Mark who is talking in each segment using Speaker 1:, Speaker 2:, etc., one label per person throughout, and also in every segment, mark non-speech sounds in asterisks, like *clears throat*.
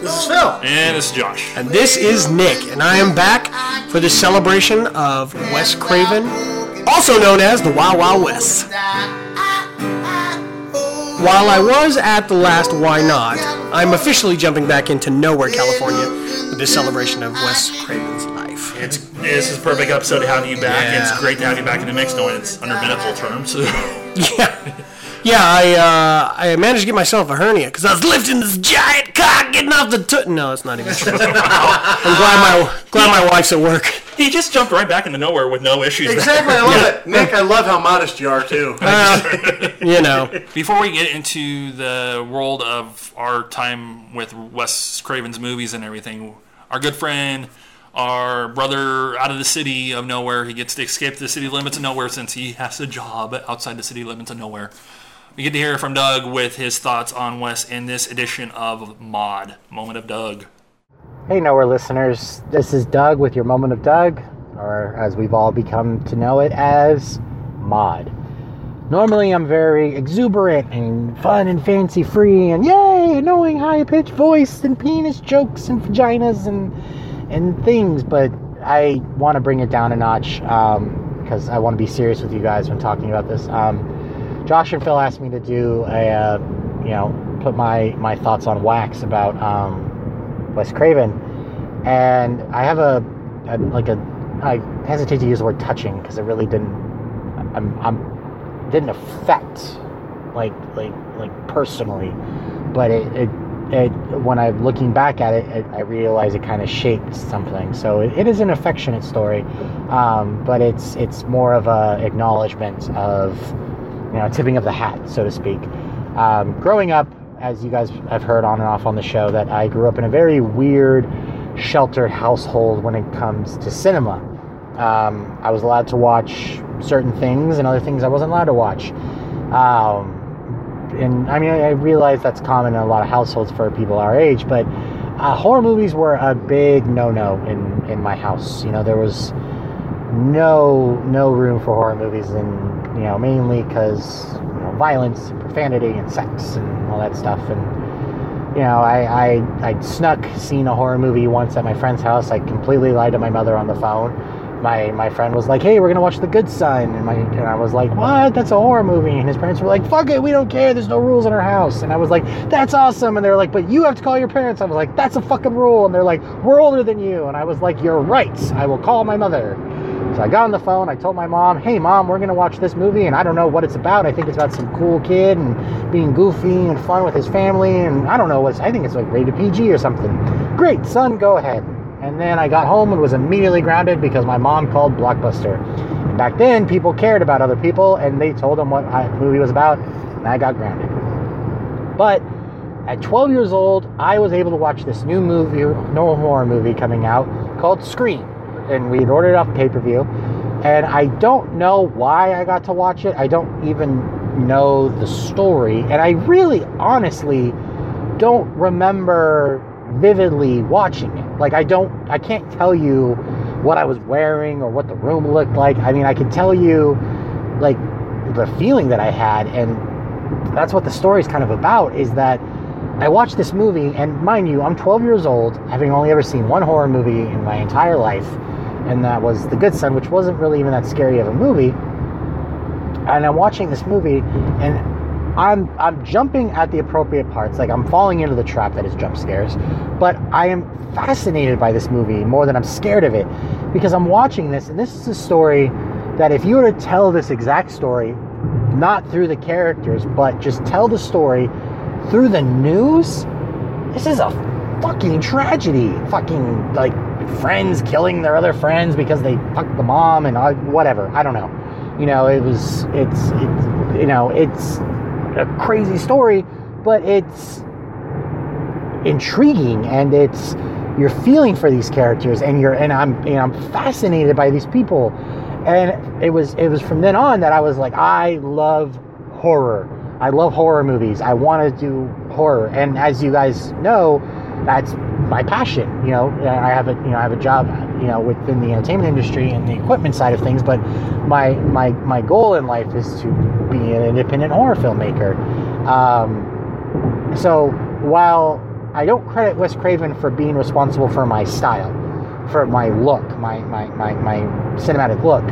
Speaker 1: This is Phil.
Speaker 2: And it's Josh.
Speaker 1: And this is Nick, and I am back for the celebration of Wes Craven, also known as the Wow Wow West. While I was at the last Why Not, I'm officially jumping back into Nowhere, California, with the celebration of Wes Craven's life. *laughs*
Speaker 2: It's this is a perfect episode to have you back.
Speaker 1: Yeah.
Speaker 2: It's great to have you back in the mix, knowing it's under medical terms. *laughs*
Speaker 1: Yeah, yeah. I uh, I managed to get myself a hernia because I was lifting this giant cock, getting off the toot. No, it's not
Speaker 2: *laughs*
Speaker 1: even. true. I'm glad my glad my wife's at work.
Speaker 2: he just jumped right back into nowhere with no issues.
Speaker 3: *laughs* Exactly, I love it. Nick, I love how modest you are, too.
Speaker 1: You know.
Speaker 2: Before we get into the world of our time with Wes Craven's movies and everything, our good friend, our brother out of the city of nowhere, he gets to escape the city limits of nowhere since he has a job outside the city limits of nowhere. We get to hear from Doug with his thoughts on Wes in this edition of Mod Moment of Doug.
Speaker 4: Hey, Nowhere listeners. This is Doug with your Moment of Doug, or as we've all become to know it as Mod. Normally, I'm very exuberant and fun and fancy free and yay, annoying high pitched voice and penis jokes and vaginas and and things, but I want to bring it down a notch because I want to be serious with you guys when talking about this. Um, Josh and Phil asked me to do a, uh, you know, put my, my thoughts on wax about um, Wes Craven, and I have a, a like a I hesitate to use the word touching because it really didn't I'm, I'm didn't affect like like like personally, but it, it, it when I'm looking back at it, it I realize it kind of shaped something. So it, it is an affectionate story, um, but it's it's more of a acknowledgement of you know tipping of the hat, so to speak. Um, growing up, as you guys have heard on and off on the show, that I grew up in a very weird, sheltered household when it comes to cinema um, I was allowed to watch certain things and other things I wasn't allowed to watch. Um, and I mean, I I realize that's common in a lot of households for people our age, but uh, horror movies were a big no-no in in my house. You know, there was no no room for horror movies, and you know, mainly because you know, violence and profanity and sex and all that stuff and you know, I, I I'd snuck seen a horror movie once at my friend's house. I completely lied to my mother on the phone. My my friend was like, "Hey, we're gonna watch The Good Son," and my and I was like, "What? That's a horror movie." And his parents were like, "Fuck it, we don't care. There's no rules in our house." And I was like, "That's awesome." And they're like, "But you have to call your parents." I was like, "That's a fucking rule." And they're like, "We're older than you." And I was like, "You're right. I will call my mother." So I got on the phone. I told my mom, "Hey, mom, we're gonna watch this movie, and I don't know what it's about. I think it's about some cool kid and being goofy and fun with his family, and I don't know what's. I think it's like rated PG or something." Great, son, go ahead. And then I got home and was immediately grounded because my mom called Blockbuster. And back then, people cared about other people, and they told them what I, the movie was about, and I got grounded. But at 12 years old, I was able to watch this new movie, no horror movie coming out called Scream. And we had ordered it off pay per view. And I don't know why I got to watch it. I don't even know the story. And I really, honestly, don't remember vividly watching it. Like, I don't, I can't tell you what I was wearing or what the room looked like. I mean, I could tell you, like, the feeling that I had. And that's what the story's kind of about is that I watched this movie, and mind you, I'm 12 years old, having only ever seen one horror movie in my entire life, and that was The Good Son, which wasn't really even that scary of a movie. And I'm watching this movie, and I'm I'm jumping at the appropriate parts, like I'm falling into the trap that is jump scares, but I am fascinated by this movie more than I'm scared of it, because I'm watching this, and this is a story that if you were to tell this exact story not through the characters, but just tell the story through the news. This is a fucking tragedy. Fucking like friends killing their other friends because they fucked the mom and I, whatever. I don't know. You know, it was it's it's you know it's a crazy story, but it's intriguing and it's you're feeling for these characters and you're and I'm and I'm fascinated by these people. And it was it was from then on that I was like, I love horror. I love horror movies. I want to do horror. And as you guys know, that's my passion. You know, I have a you know I have a job you know within the entertainment industry and the equipment side of things. But my my my goal in life is to be an independent horror filmmaker. Um, so while I don't credit Wes Craven for being responsible for my style, for my look, my my my, my cinematic look.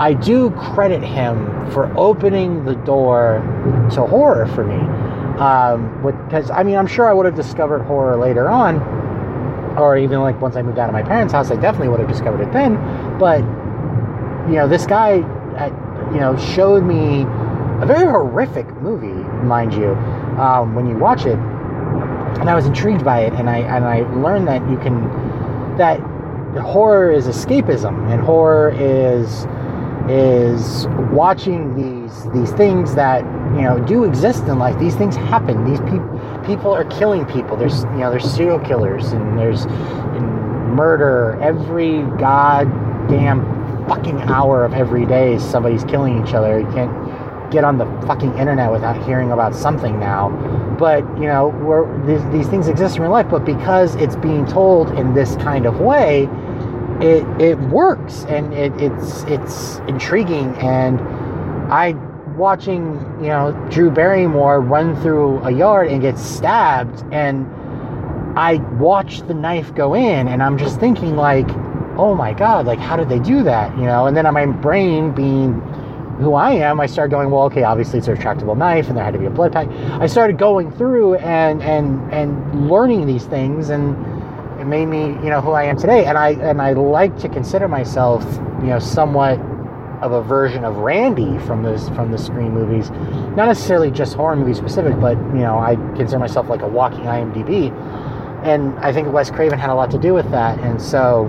Speaker 4: I do credit him for opening the door to horror for me. Um, because I mean, I'm sure I would have discovered horror later on, or even like once I moved out of my parents' house, I definitely would have discovered it then. But you know, this guy, uh, you know, showed me a very horrific movie, mind you, um, when you watch it, and I was intrigued by it, and I and I learned that you can that horror is escapism, and horror is is watching these these things that you know do exist in life. These things happen. These people people are killing people. There's you know there's serial killers and there's murder every goddamn fucking hour of every day. Somebody's killing each other. You can't get on the fucking internet without hearing about something now. But you know we're, these, these things exist in real life. But because it's being told in this kind of way, it it works and it, it's it's intriguing and I watching you know Drew Barrymore run through a yard and get stabbed and I watched the knife go in and I'm just thinking like oh my god like how did they do that you know and then my brain being who I am I started going well okay obviously it's a retractable knife and there had to be a blood pack I started going through and and and learning these things and it made me you know who I am today and I and I like to consider myself you know somewhat of a version of Randy from this from the screen movies not necessarily just horror movie specific but you know I consider myself like a walking IMDb and I think Wes Craven had a lot to do with that and so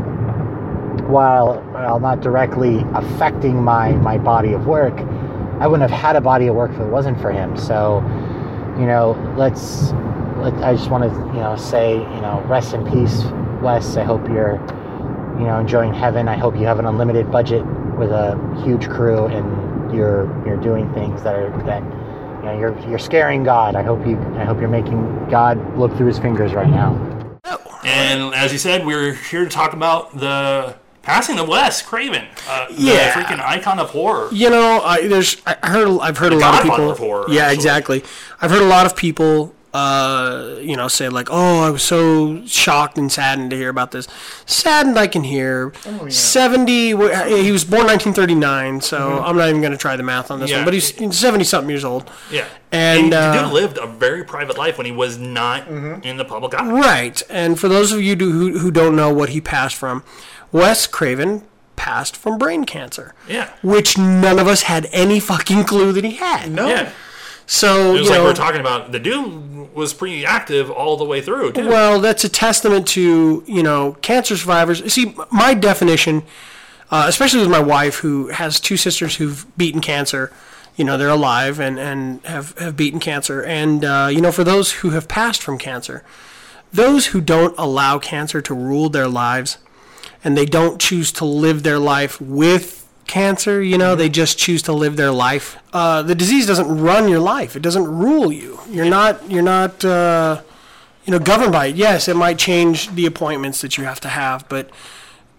Speaker 4: while while not directly affecting my my body of work I wouldn't have had a body of work if it wasn't for him so you know let's I just want to, you know, say, you know, rest in peace, Wes. I hope you're, you know, enjoying heaven. I hope you have an unlimited budget with a huge crew and you're you're doing things that are that you know you're you're scaring God. I hope you I hope you're making God look through His fingers right now.
Speaker 2: And as you said, we're here to talk about the passing of Wes Craven, uh,
Speaker 3: Yeah.
Speaker 2: the freaking icon of horror.
Speaker 1: You know, I, there's I I heard I've heard a lot of
Speaker 2: Godfather
Speaker 1: people.
Speaker 2: of horror,
Speaker 1: yeah,
Speaker 2: actually.
Speaker 1: exactly. I've heard a lot of people, uh, you know, say like, "Oh, I was so shocked and saddened to hear about this." Saddened, I can hear. Seventy. wh- He was born 1939, so I'm not even going to try the math on this
Speaker 2: Yeah.
Speaker 1: one. But he's 70 something years old.
Speaker 2: Yeah,
Speaker 1: And,
Speaker 2: he,
Speaker 1: uh, Mm-hmm.
Speaker 2: he did lived a very private life when he was not in the public eye.
Speaker 1: Right. And for those of you do, who, who don't know what he passed from, Wes Craven passed from brain cancer.
Speaker 2: Yeah.
Speaker 1: Which none of us had any fucking clue that he had. No.
Speaker 2: Yeah,
Speaker 1: So,
Speaker 2: it was
Speaker 1: you
Speaker 2: like
Speaker 1: know,
Speaker 2: we we're talking about. The dude was pretty active all the way through. Too.
Speaker 1: well, that's a testament to, you know, cancer survivors. See, my definition, uh, especially with my wife who has two sisters who've beaten cancer, you know, they're alive and, and have, have beaten cancer. And, uh, you know, for those who have passed from cancer, those who don't allow cancer to rule their lives and they don't choose to live their life with cancer, you
Speaker 2: Mm-hmm.
Speaker 1: know, they just choose to live their life. Uh, the disease doesn't run your life. It doesn't rule you. You're not, you're not, uh, you know, governed by it. Yes, it might change the appointments that you have to have, but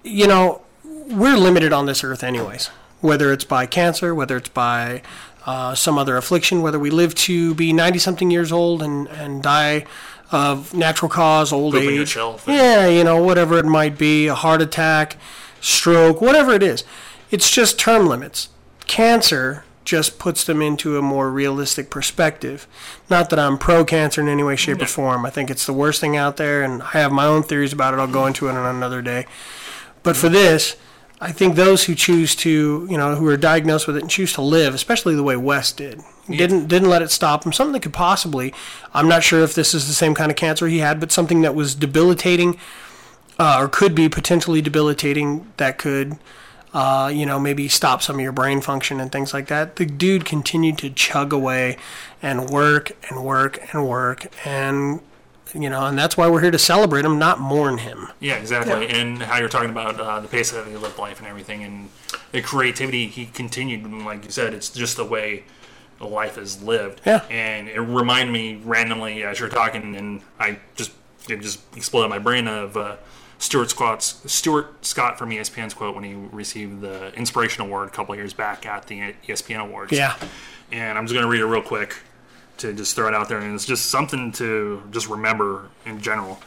Speaker 1: you know, we're limited on this earth anyways. Whether it's by cancer, whether it's by uh, some other affliction, whether we live to be ninety something years old and and die of natural cause, old
Speaker 2: Pooping
Speaker 1: age,
Speaker 2: yourself.
Speaker 1: yeah, you know, whatever it might be, a heart attack, stroke, whatever it is, it's just term limits. Cancer just puts them into a more realistic perspective. Not that I'm pro cancer in any way, shape, or form. I think it's the worst thing out there, and I have my own theories about it. I'll go into it on another day. But for this, I think those who choose to, you know, who are diagnosed with it and choose to live, especially the way West did, didn't didn't let it stop him. Something that could possibly, I'm not sure if this is the same kind of cancer he had, but something that was debilitating, uh, or could be potentially debilitating, that could, uh, you know, maybe stop some of your brain function and things like that. The dude continued to chug away, and work and work and work and you know, and that's why we're here to celebrate him, not mourn him.
Speaker 2: Yeah, exactly. And how you're talking about uh, the pace that he lived life and everything, and the creativity he continued. And like you said, it's just the way life is lived.
Speaker 1: Yeah.
Speaker 2: And it reminded me randomly as you're talking, and I just it just exploded my brain of uh, Stuart Scott's Stuart Scott from E ESPN's quote when he received the Inspiration Award a couple of years back at the E ESPN Awards.
Speaker 1: Yeah.
Speaker 2: And I'm just gonna read it real quick to just throw it out there, and it's just something to just remember in general.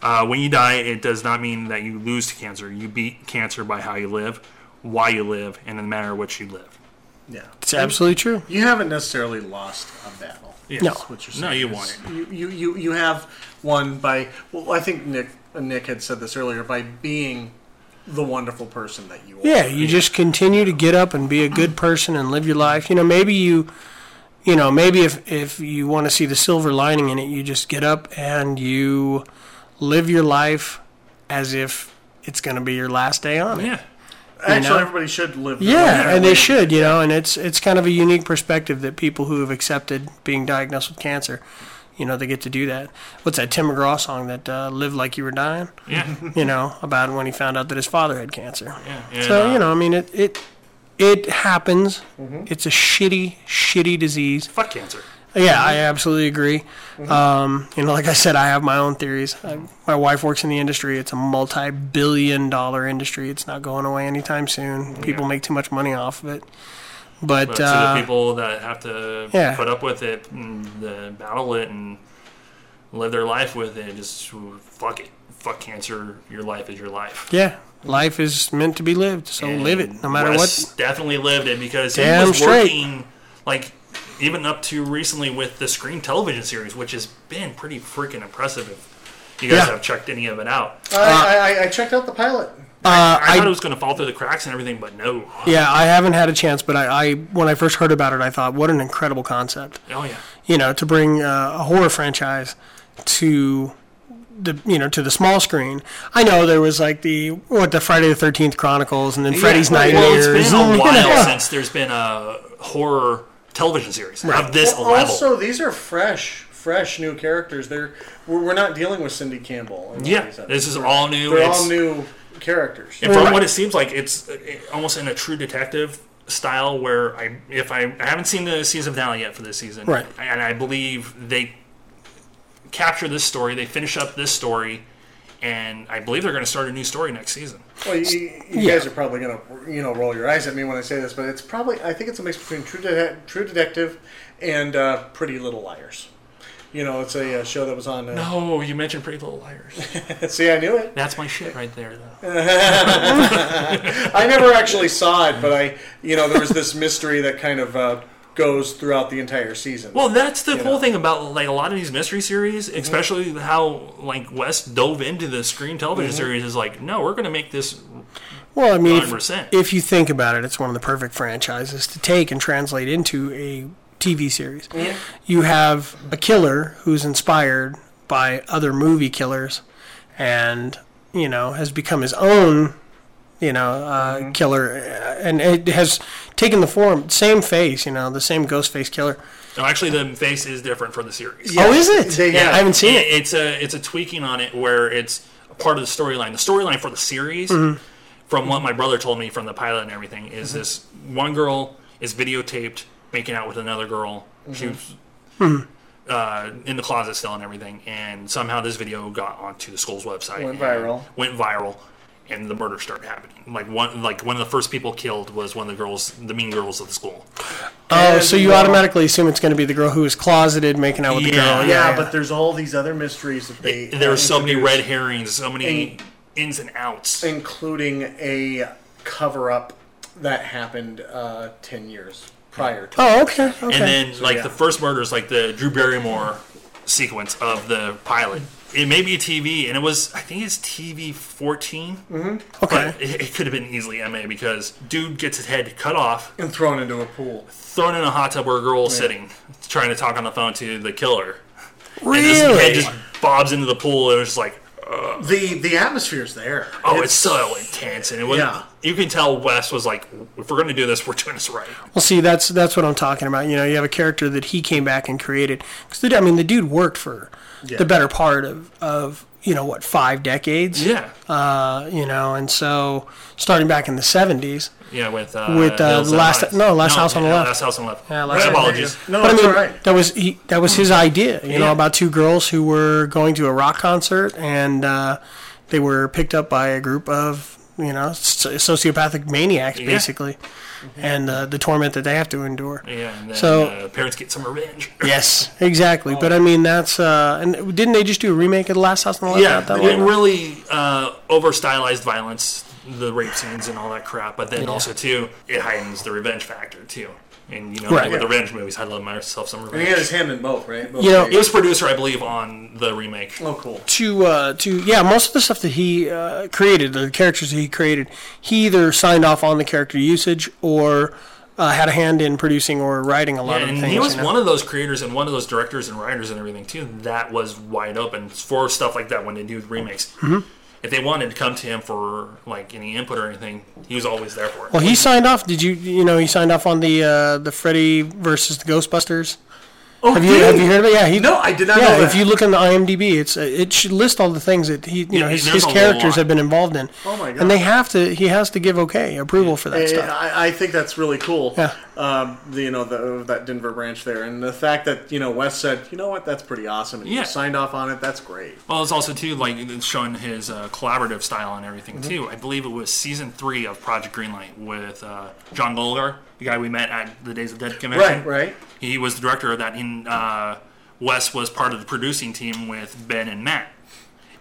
Speaker 2: Uh, when you die, it does not mean that you lose to cancer. You beat cancer by how you live, why you live, and in the manner in which you live.
Speaker 3: Yeah.
Speaker 1: It's absolutely true.
Speaker 3: You haven't necessarily lost a battle.
Speaker 2: Yes.
Speaker 1: No.
Speaker 3: That's what you're saying.
Speaker 2: No, you
Speaker 3: is
Speaker 2: won it.
Speaker 3: You, you, you, you have won by, well, I think Nick Nick had said this earlier, by being the wonderful person that you are.
Speaker 1: Yeah, you just continue to get up and be a good person and live your life. You know, maybe you, you know, maybe if if you want to see the silver lining in it, you just get up and you live your life as if it's going to be your last day on it.
Speaker 2: Yeah.
Speaker 3: Actually,
Speaker 1: know?
Speaker 3: everybody should live.
Speaker 1: Yeah, and they
Speaker 3: they
Speaker 1: should, you know, and it's it's kind of a unique perspective that people who have accepted being diagnosed with cancer, you know, they get to do that. What's that Tim McGraw song that uh, "Live Like You Were Dying"?
Speaker 2: Yeah.
Speaker 1: you know, about when he found out that his father had cancer.
Speaker 2: Mm-hmm. *laughs* Yeah, and,
Speaker 1: so
Speaker 2: uh, Mm-hmm.
Speaker 1: you know, I mean, it it it happens. It's a shitty, shitty disease.
Speaker 2: Fuck cancer.
Speaker 1: Yeah,
Speaker 2: Mm-hmm.
Speaker 1: I absolutely agree. Um, you know, like I said, I have my own theories. I,
Speaker 2: Mm-hmm.
Speaker 1: my wife works in the industry. It's a multi-billion-dollar industry. It's not going away anytime soon. People make too much money off of it. But,
Speaker 2: But
Speaker 1: uh,
Speaker 2: to the people that have to
Speaker 1: yeah.
Speaker 2: put up with it, and the battle it, and live their life with it, just fuck it. Fuck cancer. Your life is your life.
Speaker 1: yeah, life is meant to be lived, so live it, no matter what.
Speaker 2: Wes Definitely lived it because
Speaker 1: Damn
Speaker 2: he was
Speaker 1: straight.
Speaker 2: working like even up to recently with the Scream television series, which has been pretty freaking impressive. If you guys
Speaker 1: Yeah.
Speaker 2: have checked any of it out,
Speaker 1: uh,
Speaker 3: I, I, I checked out the pilot.
Speaker 2: I, thought it was going to fall through the cracks and everything, but no.
Speaker 1: Yeah, I haven't had a chance, but I, I when I first heard about it, I thought, what an incredible concept.
Speaker 2: Oh yeah.
Speaker 1: you know, to bring uh, a horror franchise to the you know to the small screen. I know there was like the what the Friday the Thirteenth Chronicles and then Freddy's
Speaker 2: well,
Speaker 1: Nightmares.
Speaker 2: It's been a
Speaker 1: *laughs* and,
Speaker 2: while
Speaker 1: you know,
Speaker 2: since there's been a horror television series of this
Speaker 3: Well,
Speaker 2: level.
Speaker 3: Also, these are fresh, fresh new characters. They're we're, we're not dealing with Cindy Campbell. and all
Speaker 2: yeah,
Speaker 3: these other-
Speaker 2: this is all new.
Speaker 3: They're
Speaker 2: It's,
Speaker 3: all new characters.
Speaker 2: And from what it seems like, it's uh, almost in a true detective style. Where I, if I, I haven't seen the season finale yet for this season,
Speaker 1: Right.
Speaker 2: And I believe they capture this story. They finish up this story. And I believe they're going to start a new story next season.
Speaker 3: Well, you, you guys are probably gonna you know roll your eyes at me when I say this, but it's probably I think it's a mix between True, De- True Detective and uh, Pretty Little Liars. You know, it's a uh, show that was on. Uh,
Speaker 2: Oh, you mentioned Pretty Little Liars.
Speaker 3: See, I knew it.
Speaker 2: That's my shit right there, though.
Speaker 3: I never actually saw it, but I you know there was this mystery that kind of uh, goes throughout the entire season.
Speaker 2: Well, that's the cool thing about like a lot of these mystery series, especially how like West dove into the screen television series is like, no, we're going to make this.
Speaker 1: well, I mean, if,
Speaker 2: 100%.
Speaker 1: if you think about it, it's one of the perfect franchises to take and translate into a TV series. You have a killer who's inspired by other movie killers, and you know has become his own you know, uh, killer, uh, and it has taken the form same face, you know, the same ghost face killer.
Speaker 2: No, actually, the face is different for the series.
Speaker 1: Oh, is it?
Speaker 3: they have.
Speaker 1: I haven't seen it.
Speaker 2: It's a it's a tweaking on it where it's a part of the storyline. The storyline for the series, from what my brother told me from the pilot and everything, is this one girl is videotaped making out with another girl. She was uh, in the closet still and everything, and somehow this video got onto the school's website.
Speaker 3: Went
Speaker 2: and
Speaker 3: viral.
Speaker 2: Went viral. And the murder started happening. Like one, like one of the first people killed was one of the girls, the mean girls of the school.
Speaker 1: Oh, so you
Speaker 3: And, uh,
Speaker 1: automatically assume it's going to be the girl who is closeted making out with the
Speaker 2: Yeah.
Speaker 1: girl.
Speaker 3: Oh, yeah, but there's all these other mysteries that they
Speaker 2: There were so many
Speaker 3: introduced.
Speaker 2: red herrings, so many ins and outs.
Speaker 3: including a cover up that happened uh, 10 years prior to
Speaker 1: Oh, okay, okay.
Speaker 2: And then, like
Speaker 3: yeah.
Speaker 2: the first murder is like the Drew Barrymore sequence of the pilot. It may be TV, and it was I think it's TV 14
Speaker 1: Mm-hmm. okay.
Speaker 2: but it, it could have been easily MA because dude gets his head cut off,
Speaker 3: and thrown into a pool.
Speaker 2: thrown in a hot tub where a girl is sitting trying to talk on the phone to the killer, and his
Speaker 1: Really?
Speaker 2: head just bobs into the pool, and it's just like. Uh, up.
Speaker 3: The the atmosphere's there.
Speaker 2: Oh, it's, so intense, and it was.
Speaker 3: Yeah.
Speaker 2: You can tell Wes was like, if we're going to do this, we're doing this right.
Speaker 1: Well, see, that's that's what I'm talking about. You know, you have a character that he came back and created. Because I mean, the dude worked for the better part of of you know what five decades.
Speaker 2: Yeah.
Speaker 1: Uh, you know, and so starting back in the '70s.
Speaker 2: yeah, with uh,
Speaker 1: With, uh,
Speaker 2: Hills Have
Speaker 1: Last-
Speaker 2: Eyes.
Speaker 1: no, Last House on the
Speaker 2: yeah,
Speaker 1: Left.
Speaker 2: Last house on the left.
Speaker 1: Yeah,
Speaker 2: My
Speaker 1: Last House on the
Speaker 2: apologies.
Speaker 3: No,
Speaker 1: But I
Speaker 3: it's
Speaker 1: mean,
Speaker 3: all right.
Speaker 1: that was he, that was his idea. You
Speaker 2: Yeah.
Speaker 1: know, about two girls who were going to a rock concert and uh, they were picked up by a group of you know soci- sociopathic maniacs, basically, and uh, the torment that they have to endure.
Speaker 2: Mm-hmm. Yeah, and then
Speaker 1: So-
Speaker 2: uh, parents get some revenge.
Speaker 1: Yes, exactly. But I mean, that's uh, and didn't they just do a remake of The Last House on the Left?
Speaker 2: Yeah,
Speaker 1: Not that
Speaker 2: it
Speaker 1: long ago?
Speaker 2: really uh, over stylized violence, the rape scenes and all that crap. But then also too, it heightens the revenge factor too. And you know,
Speaker 1: Right.
Speaker 2: with the revenge movies, I love myself some
Speaker 3: He had
Speaker 2: revenge.
Speaker 3: his hand in both, right? Both
Speaker 1: You know,
Speaker 2: He
Speaker 3: ways.
Speaker 2: was producer, I believe, on the remake.
Speaker 3: oh, cool.
Speaker 1: to uh, to yeah, most of the stuff that he uh, created, the characters that he created, he either signed off on the character usage or uh, had a hand in producing or writing a lot of
Speaker 2: and
Speaker 1: the things.
Speaker 2: he was
Speaker 1: you know?
Speaker 2: one of those creators and one of those directors and writers and everything too. That was wide open for stuff like that when they do remakes.
Speaker 1: Mm-hmm.
Speaker 2: If they wanted to come to him for like any input or anything, he was always there for it.
Speaker 1: well, he signed off. Did you you know he signed off on the uh, the Freddy versus the Ghostbusters?
Speaker 3: Oh,
Speaker 1: Have you have you heard of it? Yeah, he
Speaker 3: No, I did not
Speaker 1: Yeah,
Speaker 3: know that.
Speaker 1: if you look on the IMDb, it's uh, it should list all the things that he you know his,
Speaker 2: there's
Speaker 1: his
Speaker 2: a lot.
Speaker 1: characters have been involved in.
Speaker 3: Oh my God.
Speaker 1: And they have to he has to give okay approval for that
Speaker 3: Yeah,
Speaker 1: stuff.
Speaker 3: I, I think that's really cool.
Speaker 1: Yeah.
Speaker 3: Um, the, you know, the, that Denver branch there, and the fact that you know Wes said, you know what, that's pretty awesome, and
Speaker 2: Yeah.
Speaker 3: he signed off on it. That's great.
Speaker 2: Well, it's also too like it's showing his uh, collaborative style and everything
Speaker 3: Mm-hmm.
Speaker 2: too. I believe it was season three of Project Greenlight with uh, John Golgar, the guy we met at the Days of Dead convention.
Speaker 3: Right, right.
Speaker 2: He was the director of that. In uh, Wes was part of the producing team with Ben and Matt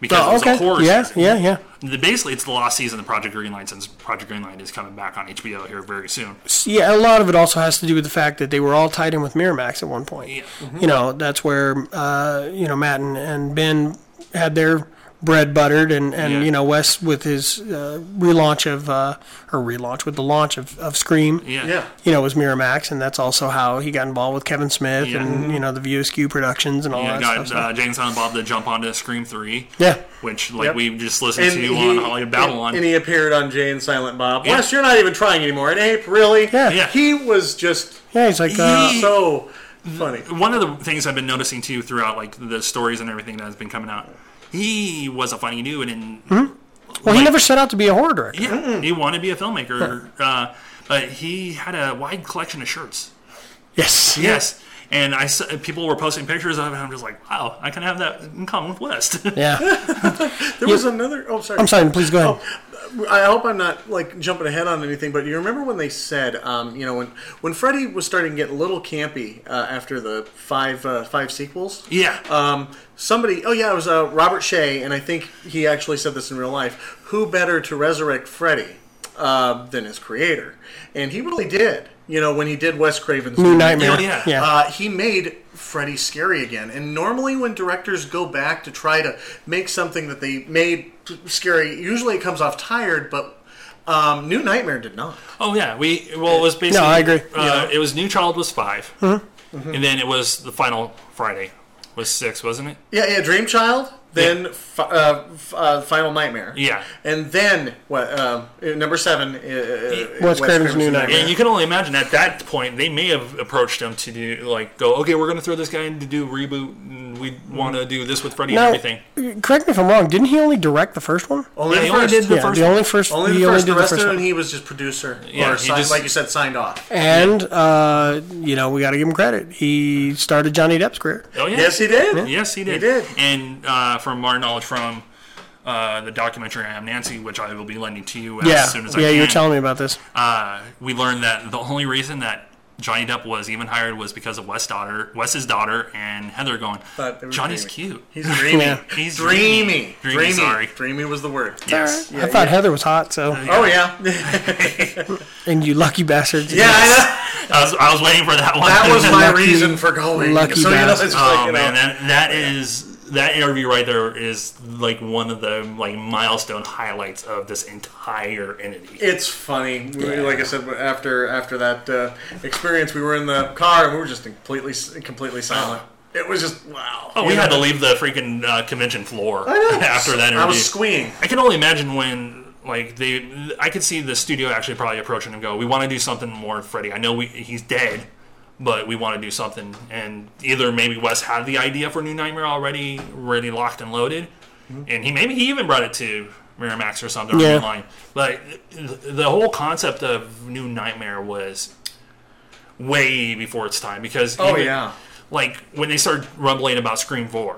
Speaker 2: because
Speaker 1: Oh,
Speaker 2: it was
Speaker 1: okay.
Speaker 2: a horror.
Speaker 1: yeah,
Speaker 2: series.
Speaker 1: yeah, yeah.
Speaker 2: The- Basically, it's the lost season of Project Greenlight since Project Greenlight is coming back on HBO here very soon.
Speaker 1: Yeah, a lot of it also has to do with the fact that they were all tied in with Miramax at one point.
Speaker 3: mm-hmm.
Speaker 1: You know, that's where uh, you know Matt and, and Ben had their bread buttered, and, and
Speaker 2: Yeah.
Speaker 1: you know Wes with his uh, relaunch of uh, or relaunch with the launch of, of Scream.
Speaker 2: Yeah.
Speaker 3: Yeah.
Speaker 1: You know, was Miramax, and that's also how he got involved with Kevin Smith
Speaker 2: Yeah.
Speaker 1: and you know the VSQ Productions and all
Speaker 2: Yeah,
Speaker 3: Oh,
Speaker 1: that
Speaker 2: got
Speaker 1: stuff.
Speaker 2: uh, James and Bob to jump onto Scream Three.
Speaker 1: Yeah.
Speaker 2: which like
Speaker 3: Yep.
Speaker 2: we just listened to on Hollywood Babylon.
Speaker 3: And, and he appeared on Jay and Silent Bob. Wes, you're not even trying anymore. And Ape, really?
Speaker 1: Yeah.
Speaker 2: Yeah.
Speaker 3: He was just
Speaker 1: yeah, he's like, uh,
Speaker 2: He-
Speaker 3: so funny.
Speaker 2: one of the things I've been noticing too throughout like the stories and everything that has been coming out, he was a funny dude and
Speaker 1: Mm-hmm. well, he
Speaker 2: like-
Speaker 1: never set out to be a horror director.
Speaker 2: yeah, he wanted to be a filmmaker, uh, but he had a wide collection of shirts.
Speaker 1: Yes.
Speaker 2: Yes, and I saw, people were posting pictures of it. and I'm just like, wow, I can have that in common with West.
Speaker 1: Yeah.
Speaker 3: There was another. Oh, sorry. Oh,
Speaker 1: I'm sorry. Please go ahead.
Speaker 3: I hope I'm not like jumping ahead on anything, but you remember when they said, um, you know, when when Freddy was starting to get a little campy uh, after the five uh, five sequels.
Speaker 2: *laughs* yeah,
Speaker 1: Uh,
Speaker 3: Um, somebody, oh yeah, it was uh, Robert Shea, and I think he actually said this in real life. Who better to resurrect Freddy uh, than his creator? And he really did. You know, when he did Wes Craven's
Speaker 1: New Nightmare.
Speaker 2: Oh, yeah.
Speaker 1: yeah.
Speaker 3: uh, he made Freddy scary again. And normally, when directors go back to try to make something that they made scary, usually it comes off tired, but um, New Nightmare did not.
Speaker 2: Oh yeah, we well it was basically.
Speaker 1: I agree. Mm-hmm.
Speaker 2: Uh, It was New Child was 5 and then it was the final Friday was six, wasn't it?
Speaker 3: Yeah, yeah, Dream Child, then fi- uh, f- uh, Final Nightmare.
Speaker 2: Yeah.
Speaker 3: And then, what, um, uh, number seven, uh, uh,
Speaker 1: Wes Craven's New Nightmare.
Speaker 2: And you can only imagine at that point they may have approached him to do like go okay we're gonna throw this guy in to do a reboot and we want to do this with Freddy
Speaker 1: Now,
Speaker 2: and everything.
Speaker 1: correct me if I'm wrong. Didn't he only direct the first one?
Speaker 3: Only
Speaker 2: Yeah,
Speaker 3: the
Speaker 2: he only
Speaker 3: first.
Speaker 2: did the
Speaker 1: yeah,
Speaker 2: first
Speaker 1: the
Speaker 2: one.
Speaker 1: only first.
Speaker 3: Only
Speaker 1: he
Speaker 3: the first.
Speaker 1: only
Speaker 3: The
Speaker 1: did the
Speaker 3: rest
Speaker 1: first
Speaker 3: of it,
Speaker 1: one.
Speaker 3: he was just producer.
Speaker 2: Yeah,
Speaker 3: or
Speaker 2: he
Speaker 3: signed,
Speaker 2: just-
Speaker 3: like you said, signed off.
Speaker 1: And uh, you know, we got to give him credit. He started Johnny Depp's career.
Speaker 2: Oh yeah,
Speaker 3: Yes, he did.
Speaker 2: Yes, he did.
Speaker 3: did.
Speaker 2: And uh, from our knowledge from uh, the documentary I Am Nancy, which I will be lending to you as
Speaker 1: Yeah,
Speaker 2: soon as I
Speaker 1: yeah.
Speaker 2: can.
Speaker 1: You were telling me about this.
Speaker 2: uh, we learned that the only reason that Johnny Depp was even hired was because of Wes' daughter, Wes's daughter, and Heather going.
Speaker 3: But they were
Speaker 2: Johnny's
Speaker 3: dreamy.
Speaker 2: cute.
Speaker 3: He's dreamy.
Speaker 1: *laughs* Yeah.
Speaker 2: He's
Speaker 3: dreamy.
Speaker 2: dreamy.
Speaker 3: Dreamy.
Speaker 2: Dreamy, sorry.
Speaker 3: Dreamy was the word.
Speaker 2: Yes. Uh,
Speaker 1: I thought Heather was hot. So,
Speaker 3: Oh yeah. *laughs*
Speaker 1: and you lucky bastards.
Speaker 3: Yeah, I
Speaker 2: I was, I was waiting for that one. *laughs*
Speaker 3: know. that was my
Speaker 1: Lucky-
Speaker 3: reason for going.
Speaker 1: lucky
Speaker 3: so you know, it's
Speaker 1: bastard.
Speaker 3: just
Speaker 2: Oh
Speaker 3: *laughs* like, you know,
Speaker 2: man, that, that is that interview right there is like one of the like milestone highlights of this entire entity.
Speaker 3: it's funny. We- Like I said, after after that uh, experience, we were in the car and we were just completely completely silent. It was just wow.
Speaker 2: Oh, we
Speaker 3: You
Speaker 2: had
Speaker 3: know,
Speaker 2: to leave the freaking uh, convention floor
Speaker 3: I know.
Speaker 2: *laughs* after that interview.
Speaker 3: I was squeeing.
Speaker 2: I can only imagine when like they I could see the studio actually probably approaching and go, "We want to do something more Freddy. I know we, he's dead, but we want to do something." And either maybe Wes had the idea for New Nightmare already, already locked and loaded, and he maybe he even brought it to Miramax or something
Speaker 1: Yeah.
Speaker 2: online. But the the whole concept of New Nightmare was way before its time because
Speaker 3: Oh
Speaker 2: even-
Speaker 3: yeah.
Speaker 2: like when they started rumbling about Scream Four,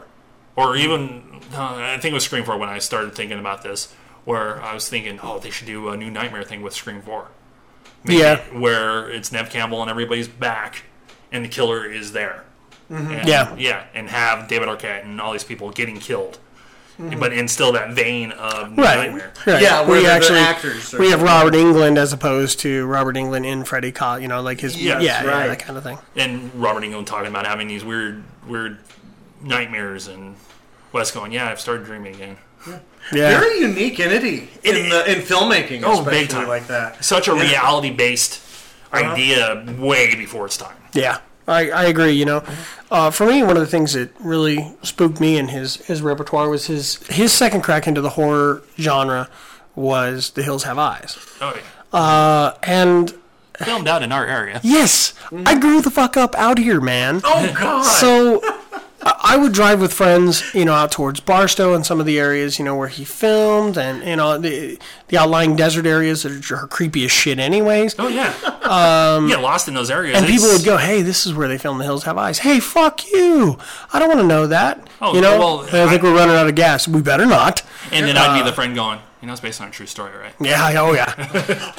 Speaker 2: or even uh, I think it was Scream Four when I started thinking about this, where I was thinking, oh, they should do a new Nightmare thing with Scream Four,
Speaker 1: Yeah.
Speaker 2: where it's Nev Campbell and everybody's back, and the killer is there.
Speaker 3: Mm-hmm.
Speaker 2: And-
Speaker 1: Yeah.
Speaker 2: yeah, and have David Arquette and all these people getting killed, but in still that vein of New
Speaker 1: Right.
Speaker 2: Nightmare.
Speaker 1: right.
Speaker 3: Yeah,
Speaker 1: we
Speaker 3: where they're the
Speaker 1: actually
Speaker 3: actors are-
Speaker 1: we have Robert England as opposed to Robert England in Freddy Cot, you know, like his
Speaker 2: Yes,
Speaker 1: yeah, yeah,
Speaker 3: right.
Speaker 1: that kind of thing.
Speaker 2: and Robert England talking about having these weird, weird nightmares, and Wes going, "Yeah, I've started dreaming again."
Speaker 1: Yeah.
Speaker 3: Very unique entity in
Speaker 2: It-
Speaker 3: the in filmmaking,
Speaker 2: Oh,
Speaker 3: especially
Speaker 2: big time.
Speaker 3: like that. Uh-huh.
Speaker 2: Such a reality based idea way before its time.
Speaker 1: Yeah, I, I agree. You know, uh, for me, one of the things that really spooked me in his his repertoire was his his second crack into the horror genre was The Hills Have Eyes,
Speaker 2: Oh, yeah.
Speaker 1: and
Speaker 2: Filmed out in our area.
Speaker 1: yes, I grew the fuck up out here, man.
Speaker 3: Oh God!
Speaker 1: So I I would drive with friends, you know, out towards Barstow and some of the areas, you know, where he filmed and, you know, the, the outlying desert areas that are creepy as shit, anyways.
Speaker 2: Oh, yeah. Um, you get lost in those areas.
Speaker 1: And people
Speaker 2: It's-
Speaker 1: would go, "Hey, this is where they filmed The Hills Have Eyes." Hey, fuck you! I don't want to know that.
Speaker 2: Oh,
Speaker 1: you know,
Speaker 2: well,
Speaker 1: I
Speaker 2: I-
Speaker 1: think we're running out of gas. We better not.
Speaker 2: And then I'd be the friend going, you know, it's based on a true story, right?
Speaker 1: Yeah. yeah, Oh yeah.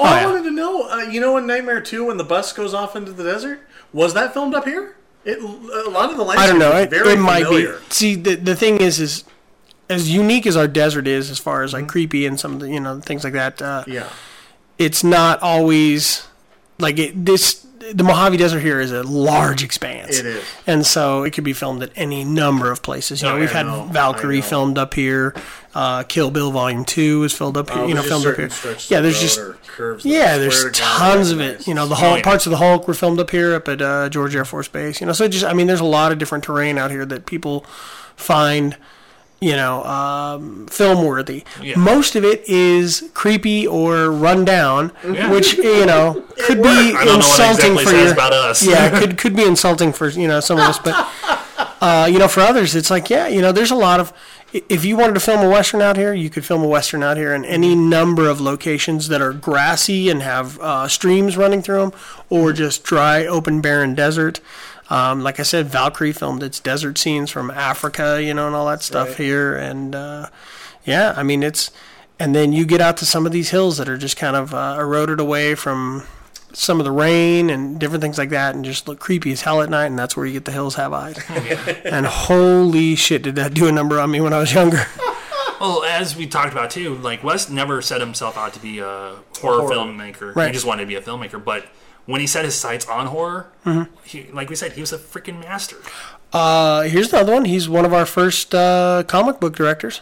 Speaker 3: oh, I
Speaker 1: yeah.
Speaker 3: wanted to know. Uh, you know, in Nightmare Two, when the bus goes off into the desert, was that filmed up here? It, a lot of the landscape
Speaker 1: I don't know.
Speaker 3: is
Speaker 1: It,
Speaker 3: very
Speaker 1: it might
Speaker 3: familiar.
Speaker 1: be. See, the the thing is, is as unique as our desert is, as far as like creepy and some of the you know things like that. Uh,
Speaker 3: Yeah.
Speaker 1: It's not always like it, this. The Mojave Desert here is a large expanse.
Speaker 3: It is.
Speaker 1: And so it could be filmed at any number of places. You know,
Speaker 2: Oh,
Speaker 1: we've
Speaker 2: I
Speaker 1: had
Speaker 3: know, I
Speaker 1: Valkyrie
Speaker 3: know.
Speaker 1: filmed up here. Uh, Kill Bill Volume Two is filmed up here. you know,
Speaker 3: There's Uh, just
Speaker 1: filmed up
Speaker 3: certain
Speaker 1: here.
Speaker 3: stretches
Speaker 1: Yeah,
Speaker 3: of
Speaker 1: there's
Speaker 3: road
Speaker 1: just
Speaker 3: or curves that
Speaker 1: yeah,
Speaker 3: I
Speaker 1: there's
Speaker 3: swear to
Speaker 2: uh,
Speaker 3: God,
Speaker 1: tons of
Speaker 3: recognize.
Speaker 1: it. You know, the
Speaker 2: Oh,
Speaker 1: Hulk
Speaker 2: yeah.
Speaker 1: parts of the Hulk were filmed up here, up at uh, George Air Force Base. You know, so just I mean, there's a lot of different terrain out here that people find, you know, um, film worthy.
Speaker 2: Yeah.
Speaker 1: Most of it is creepy or run down,
Speaker 2: Yeah.
Speaker 1: which
Speaker 2: *laughs*
Speaker 1: you know could be
Speaker 2: I don't know what
Speaker 1: insulting
Speaker 2: exactly
Speaker 1: for
Speaker 2: says
Speaker 1: your.
Speaker 2: about us. *laughs*
Speaker 1: yeah, could could be insulting for you know some of us, but uh, you know for others it's like yeah, you know there's a lot of. i- If you wanted to film a western out here, you could film a western out here in any
Speaker 2: Mm-hmm.
Speaker 1: number of locations that are grassy and have uh, streams running through them,
Speaker 2: Mm-hmm.
Speaker 1: or just dry, open, barren desert. Um, like I said, Valkyrie filmed its desert scenes from Africa, you know, and all that stuff here, and uh, yeah, I mean it's. And then you get out to some of these hills that are just kind of uh, eroded away from some of the rain and different things like that and just look creepy as hell at night and that's where you get the hills have
Speaker 3: *laughs*
Speaker 1: eyes and holy shit did that do a number on me when i was
Speaker 3: *laughs*
Speaker 1: younger
Speaker 2: Well, as we talked about too, like Wes never set himself out to be a horror, filmmaker.
Speaker 1: Right.
Speaker 2: He just wanted to be a filmmaker. But when he set his sights on horror, he, like we said, he was a freaking master.
Speaker 1: uh, here's another one he's one of our first uh, comic book directors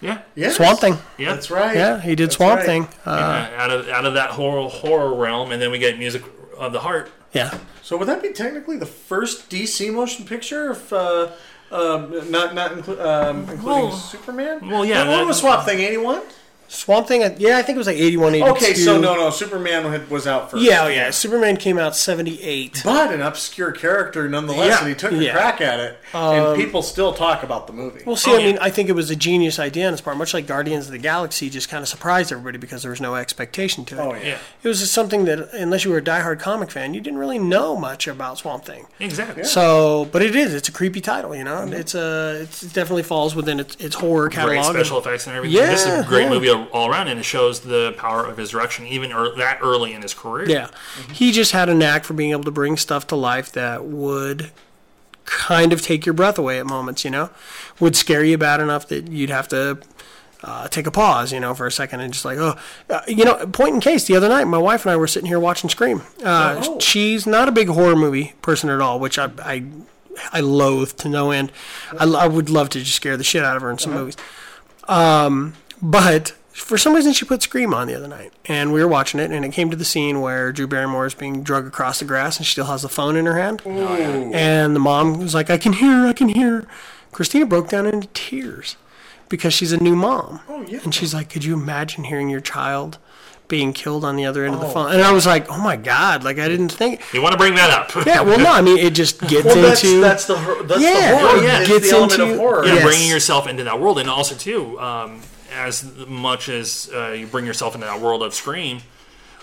Speaker 2: Yeah.
Speaker 3: Yes.
Speaker 1: swamp thing
Speaker 2: Yeah.
Speaker 3: That's right.
Speaker 1: yeah he did
Speaker 3: That's
Speaker 1: swamp
Speaker 3: right.
Speaker 1: thing uh,
Speaker 2: Yeah, out of out of that horror horror realm, and then we get music of the heart.
Speaker 1: yeah
Speaker 3: So would that be technically the first DC motion picture? If uh, um, not not inclu- um, including
Speaker 2: Well-
Speaker 3: Superman.
Speaker 2: well, yeah,
Speaker 3: That, one
Speaker 2: that-
Speaker 3: was Swamp Thing eighty one.
Speaker 1: swamp thing uh, yeah i think it was like 81 82.
Speaker 3: Okay, so no, no, Superman had- was out first.
Speaker 1: yeah oh, yeah superman came out 78
Speaker 3: but an obscure character nonetheless,
Speaker 1: Yeah,
Speaker 3: and he took a
Speaker 1: yeah.
Speaker 3: crack at it, and people still talk about the movie.
Speaker 1: Well, see,
Speaker 2: Oh,
Speaker 1: I
Speaker 2: yeah.
Speaker 1: mean, I think it was a genius idea on his part, much like Guardians of the Galaxy just kind of surprised everybody because there was no expectation to it.
Speaker 3: Oh, yeah. Yeah.
Speaker 1: It was just something that, unless you were a diehard comic fan, you didn't really know much about Swamp Thing.
Speaker 2: Exactly.
Speaker 1: So, but it is, it's a creepy title, you
Speaker 2: Mm-hmm.
Speaker 1: know? and It's a, it's, it definitely falls within its, its horror
Speaker 2: great
Speaker 1: catalog.
Speaker 2: special effects and everything.
Speaker 1: Yeah,
Speaker 2: this is a great
Speaker 1: yeah.
Speaker 2: movie all around, and it shows the power of his direction even ear that early in his career.
Speaker 1: Yeah. He just had a knack for being able to bring stuff to life that would kind of take your breath away at moments, you know? Would scare you bad enough that you'd have to uh, take a pause, you know, for a second and just like, oh, uh, you know, point in case, the other night, my wife and I were sitting here watching Scream. Uh,
Speaker 3: Oh.
Speaker 1: She's not a big horror movie person at all, which I, I, I loathe to no end. I, lo- I would love to just scare the shit out of her in some movies. Um, but for some reason she put Scream on the other night, and we were watching it, and it came to the scene where Drew Barrymore is being drug across the grass, and she still has the phone in her hand. And the mom was like, "I can hear, her, I can hear." her." Christina broke down into tears because she's a new mom. Oh
Speaker 3: yeah.
Speaker 1: And she's like, "Could you imagine hearing your child?" Being killed on the other end of the phone, and I was like, "Oh my god!" Like I didn't think.
Speaker 2: You want to bring that up? *laughs*
Speaker 1: Yeah, well, no, I mean it just gets
Speaker 3: Well, that's
Speaker 1: into
Speaker 3: that's the hor- that's
Speaker 1: Yeah.
Speaker 3: the horror.
Speaker 1: Oh, yeah.
Speaker 3: It's
Speaker 1: Gets
Speaker 3: the element
Speaker 1: into-
Speaker 3: of horror.
Speaker 2: yeah,
Speaker 1: Yes.
Speaker 2: bringing yourself into that world, and also too, um, as much as uh, you bring yourself into that world of Scream,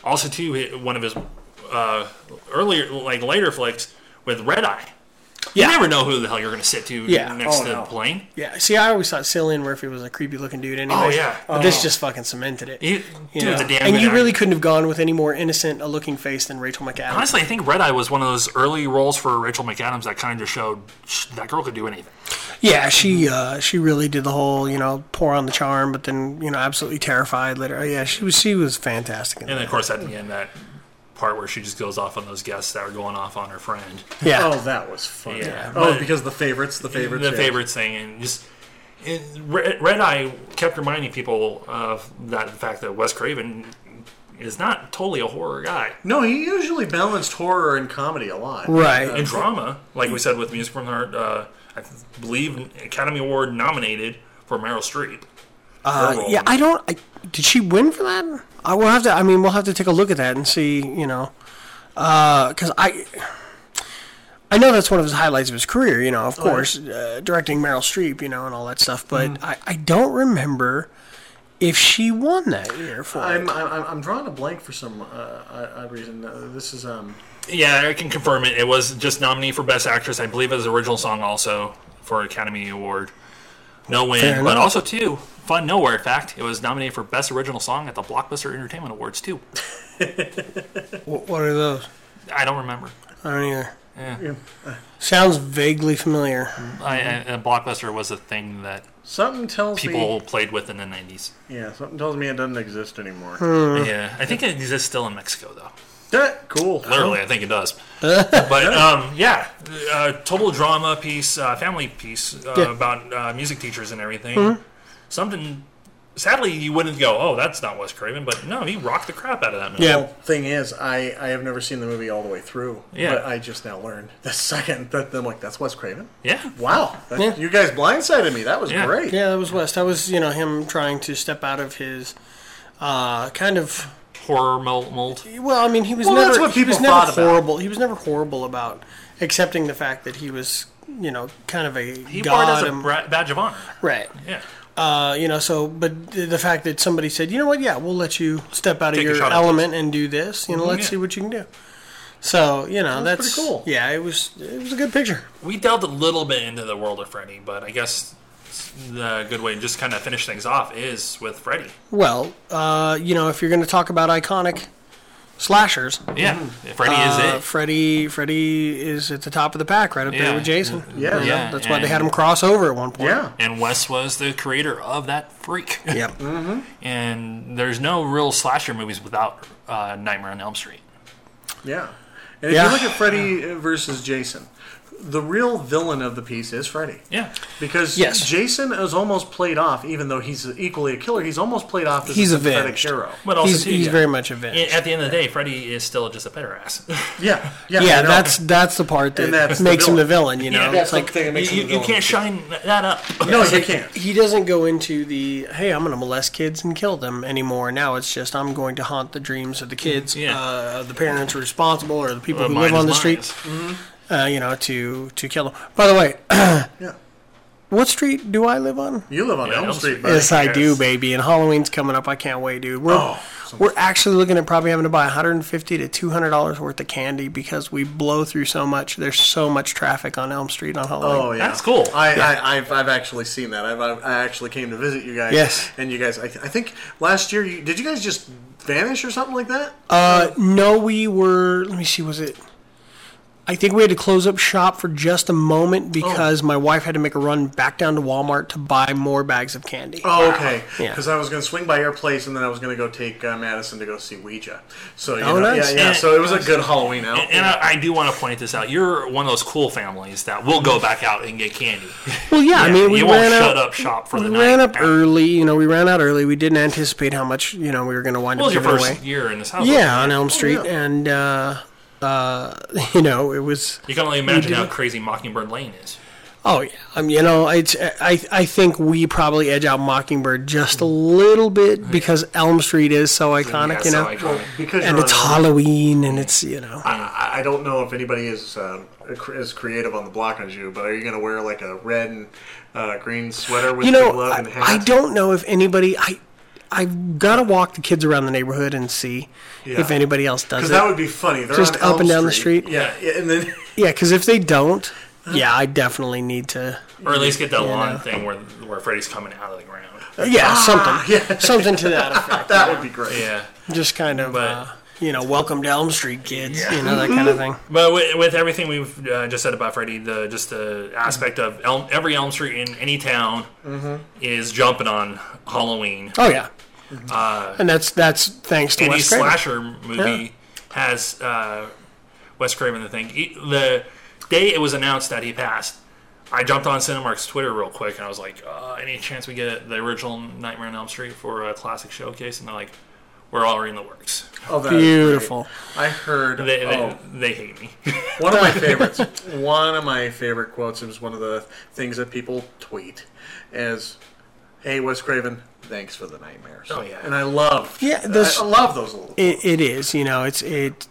Speaker 2: also too, hi- one of his uh, earlier, like later flicks with Red Eye.
Speaker 1: Yeah.
Speaker 2: You never know who the hell you're going to sit to
Speaker 1: Yeah.
Speaker 2: next
Speaker 3: Oh,
Speaker 2: to
Speaker 3: no.
Speaker 2: the plane.
Speaker 1: Yeah, see, I always thought Cillian Murphy was a creepy looking dude anyway.
Speaker 2: Oh, yeah.
Speaker 1: But this just fucking cemented it.
Speaker 2: He,
Speaker 1: you
Speaker 2: dude's
Speaker 1: know?
Speaker 2: a damn
Speaker 1: and
Speaker 2: good
Speaker 1: you
Speaker 2: actor.
Speaker 1: really couldn't have gone with any more innocent a looking face than Rachel McAdams.
Speaker 2: Honestly, I think Red Eye was one of those early roles for Rachel McAdams that kind of just showed sh- that girl could do anything.
Speaker 1: Yeah, she uh, she really did the whole, you know, pour on the charm, but then, you know, absolutely terrified later. Oh, Yeah, she was she was fantastic in
Speaker 2: And
Speaker 1: that.
Speaker 2: then, of course, at the end, that part where she just goes off on those guests that were going off on her friend.
Speaker 1: Yeah.
Speaker 3: Oh, that was funny.
Speaker 2: Yeah.
Speaker 3: Oh,
Speaker 2: But-
Speaker 3: because the favorites, the favorites,
Speaker 2: the
Speaker 3: yeah.
Speaker 2: favorites thing, and just it, Red, Red Eye kept reminding people of that the fact that Wes Craven is not totally a horror guy.
Speaker 3: No, he usually balanced horror and comedy a lot.
Speaker 1: Right.
Speaker 2: In drama, like we said with Music from the Heart, uh, I believe Academy Award nominated for Meryl Streep. Her
Speaker 1: Uh,
Speaker 2: role.
Speaker 1: yeah, I don't I, did she win for that? I will have to I mean, we'll have to take a look at that and see, you know. Uh 'cause cuz I I know that's one of his highlights of his career, you know, of course, uh, directing Meryl Streep, you know, and all that stuff, but I, I don't remember if she won that year for it.
Speaker 3: I'm, I'm I'm drawing a blank for some uh, odd reason. Uh, this is um.
Speaker 2: Yeah, I can confirm it. It was just nominee for Best Actress, I believe, as original song also for Academy Award. No win,
Speaker 1: Fair
Speaker 2: but
Speaker 1: enough.
Speaker 2: also too fun nowhere fact. It was nominated for Best Original Song at the Blockbuster Entertainment Awards too.
Speaker 1: Wh- What are those?
Speaker 2: I don't remember.
Speaker 1: I don't either. Sounds vaguely familiar.
Speaker 2: I, I,
Speaker 1: Mm-hmm.
Speaker 2: and Blockbuster was a thing that
Speaker 3: Something tells
Speaker 2: people
Speaker 3: me.
Speaker 2: played with in the 90s.
Speaker 3: Yeah, something tells me it doesn't exist anymore.
Speaker 2: Yeah, I think it exists still in Mexico though.
Speaker 3: Yeah, cool.
Speaker 2: Literally,
Speaker 1: Oh.
Speaker 2: I think it
Speaker 1: *laughs*
Speaker 2: does. but um, yeah, uh, total drama piece, uh, family piece uh,
Speaker 1: Yeah. Mm-hmm.
Speaker 2: about uh, music teachers and everything. Something. Sadly, you wouldn't go, "Oh, that's not Wes Craven," but no, he rocked the crap out of that movie.
Speaker 1: Yeah.
Speaker 3: Thing is, I, I have never seen the movie all the way through.
Speaker 2: Yeah.
Speaker 3: But I just now learned the second that I'm like, that's Wes Craven.
Speaker 2: yeah.
Speaker 3: Wow. That,
Speaker 1: Yeah.
Speaker 3: You guys blindsided me. That was
Speaker 2: Yeah.
Speaker 3: great.
Speaker 1: Yeah, that was West. That was, you know, him trying to step out of his uh, kind of
Speaker 2: horror mel- mold.
Speaker 1: well, I mean, he was
Speaker 3: Well,
Speaker 1: never
Speaker 3: that's what
Speaker 1: he was
Speaker 3: people
Speaker 1: never
Speaker 3: thought about.
Speaker 1: horrible. He was never horrible about accepting the fact that he was, you know, kind of a
Speaker 2: He wore it as
Speaker 1: god
Speaker 2: a
Speaker 1: and-
Speaker 2: bra- badge of honor.
Speaker 1: right.
Speaker 2: Yeah,
Speaker 1: Uh, you know, so but th- the fact that somebody said, you know what, yeah, we'll let you step out
Speaker 2: Take a
Speaker 1: of your
Speaker 2: shot at this. Mm-hmm.
Speaker 1: element and do this. You know, let's
Speaker 2: yeah.
Speaker 1: see what you can do. So you know,
Speaker 3: That's
Speaker 1: that's
Speaker 3: pretty cool.
Speaker 1: Yeah, it was it was a good picture.
Speaker 2: we delved a little bit into the world of Freddy, but I guess the good way to just kind of finish things off is with Freddy.
Speaker 1: Well, uh, you know, if you're going to talk about iconic slashers,
Speaker 2: Yeah, Freddy
Speaker 1: uh,
Speaker 2: is it.
Speaker 1: Freddy Freddy is at the top of the pack, right up there
Speaker 2: Yeah.
Speaker 1: with Jason.
Speaker 3: Yeah.
Speaker 1: You know,
Speaker 2: Yeah,
Speaker 1: that's why they
Speaker 2: and-
Speaker 1: had him cross over at one point.
Speaker 3: Yeah.
Speaker 2: And Wes was the creator of that freak.
Speaker 1: *laughs* Yep.
Speaker 3: Mm-hmm.
Speaker 2: and there's no real slasher movies without uh, Nightmare on Elm Street.
Speaker 3: Yeah. And if
Speaker 1: Yeah.
Speaker 3: you look at Freddy uh, versus Jason, the real villain of the piece is Freddy.
Speaker 2: Yeah.
Speaker 3: Because
Speaker 1: Yes.
Speaker 3: Jason is almost played off, even though he's equally a killer, he's almost played off as
Speaker 1: He's
Speaker 3: a sympathetic
Speaker 1: avenged.
Speaker 3: hero.
Speaker 2: But also,
Speaker 1: he's
Speaker 2: too,
Speaker 1: he's
Speaker 2: yeah.
Speaker 1: very much a villain.
Speaker 2: at the end of the day, Freddy is still just a ass. *laughs*
Speaker 3: Yeah, yeah,
Speaker 1: Yeah,
Speaker 3: I know.
Speaker 1: that's that's the part that
Speaker 3: And that's the
Speaker 1: makes him the
Speaker 3: villain.
Speaker 1: villain. You know,
Speaker 2: Yeah,
Speaker 1: it's
Speaker 3: that's
Speaker 1: like
Speaker 3: the thing
Speaker 2: you,
Speaker 3: that makes him
Speaker 2: you,
Speaker 3: the
Speaker 2: you
Speaker 3: villain.
Speaker 2: can't shine
Speaker 3: *laughs*
Speaker 2: that up. *laughs*
Speaker 3: No, you can't.
Speaker 1: he doesn't go into the hey, I'm going to molest kids and kill them anymore. Now it's just I'm going to haunt the dreams of the kids,
Speaker 2: Yeah.
Speaker 1: uh, of the parents responsible, or the people
Speaker 2: But
Speaker 1: who
Speaker 2: mine
Speaker 1: live on the
Speaker 2: is
Speaker 1: street.
Speaker 2: mine.
Speaker 1: Uh, you know, to to kill them. By the way, *clears throat*
Speaker 3: Yeah.
Speaker 1: what street do I live on?
Speaker 3: You live on
Speaker 2: Yeah,
Speaker 3: Elm
Speaker 2: Elm
Speaker 3: Street,
Speaker 2: Street.
Speaker 3: buddy.
Speaker 1: Yes, I do,
Speaker 2: Yes.
Speaker 1: baby. And Halloween's coming up. I can't wait, dude. We're
Speaker 3: Oh,
Speaker 1: we're actually looking at probably having to buy 150 to 200 dollars worth of candy because we blow through so much. There's so much traffic on Elm Street on Halloween.
Speaker 3: Oh yeah,
Speaker 2: That's cool.
Speaker 3: I, I I've, I've actually seen that. I've, I've I actually came to visit you guys.
Speaker 1: Yes.
Speaker 3: and you guys. I, I think last year you did. You guys just vanish or something like that.
Speaker 1: Uh, no, we were. Let me see. Was it? I think we had to close up shop for just a
Speaker 3: Oh.
Speaker 1: moment because my wife had to make a run back down to Walmart to buy more bags of candy.
Speaker 3: Oh, okay.
Speaker 1: Yeah.
Speaker 3: Because I was going to swing by your place, and then I was going to go take uh, Madison to go see Ouija. So you
Speaker 1: Oh,
Speaker 3: know,
Speaker 1: nice.
Speaker 3: yeah, yeah.
Speaker 2: And-
Speaker 3: So it was a good Halloween out.
Speaker 2: And I, I do want to point this out. You're one of those cool families that will go back out and get candy.
Speaker 1: *laughs* Well, yeah, I mean, we
Speaker 2: you
Speaker 1: ran
Speaker 2: won't
Speaker 1: out.
Speaker 2: shut up shop for
Speaker 1: we
Speaker 2: the
Speaker 1: ran
Speaker 2: night.
Speaker 1: up early. You know, we ran out early. We didn't anticipate how much you know we were going to wind
Speaker 2: What was
Speaker 1: up
Speaker 2: your
Speaker 1: giving
Speaker 2: first
Speaker 1: away.
Speaker 2: year in this house?
Speaker 1: Yeah, on Elm Street,
Speaker 3: yeah.
Speaker 1: and uh, uh, *laughs* you know, it was.
Speaker 2: You can only imagine how crazy Mockingbird Lane is.
Speaker 1: Oh yeah, um, you know, it's, I I think we probably edge out Mockingbird just a little bit because Elm Street is so iconic,
Speaker 2: That's
Speaker 1: you know,
Speaker 2: so iconic.
Speaker 3: because
Speaker 1: and
Speaker 3: you're
Speaker 1: it's
Speaker 3: on-
Speaker 1: Halloween, and it's you know.
Speaker 3: I I don't know if anybody is um, cr- as creative on the block as you, but are you going to wear like a red and uh, green sweater with
Speaker 1: you
Speaker 3: the
Speaker 1: know,
Speaker 3: glove and
Speaker 1: I,
Speaker 3: hat?
Speaker 1: I don't know if anybody. I I've got to walk the kids around the neighborhood and see if
Speaker 3: Yeah.
Speaker 1: anybody else does
Speaker 3: Because
Speaker 1: it.
Speaker 3: that would be funny. They're
Speaker 1: Just
Speaker 3: on
Speaker 1: up
Speaker 3: Elm
Speaker 1: and down the street?
Speaker 3: Yeah, yeah, and then
Speaker 1: yeah, because if they don't, yeah, I definitely need to.
Speaker 2: Or at least get that lawn thing where where Freddy's coming out of the ground.
Speaker 1: Uh, ah, Yeah, *laughs* something, something to that effect.
Speaker 3: *laughs* that would be great.
Speaker 2: Yeah.
Speaker 1: Just kind of,
Speaker 2: But-
Speaker 1: uh, you know, welcome to Elm Street, kids. You know that kind of thing.
Speaker 2: But with, with everything we've uh, just said about Freddy, the just the aspect of Elm, every Elm Street in any town is jumping on Halloween.
Speaker 1: Mm-hmm. Oh yeah, and that's that's thanks to
Speaker 2: Any
Speaker 1: Wes Craven.
Speaker 2: slasher movie has uh, Wes Craven the thing. He, the day it was announced that he passed, I jumped on Cinemark's Twitter real quick and I was like, uh, "Any chance we get the original Nightmare on Elm Street for a classic showcase?" And they're like, "We're already in the works."
Speaker 3: Oh, that would be
Speaker 1: Beautiful.
Speaker 3: great. I heard
Speaker 2: They, they,
Speaker 3: oh,
Speaker 2: they hate me. *laughs*
Speaker 3: one of
Speaker 1: *laughs*
Speaker 3: my favorites. one of my favorite quotes is one of the things that people tweet is, "Hey, Wes Craven, thanks for the nightmares." Oh
Speaker 2: yeah.
Speaker 3: and I love
Speaker 1: Yeah, this-
Speaker 3: I, I love those little.
Speaker 1: It, it is, you know, it's it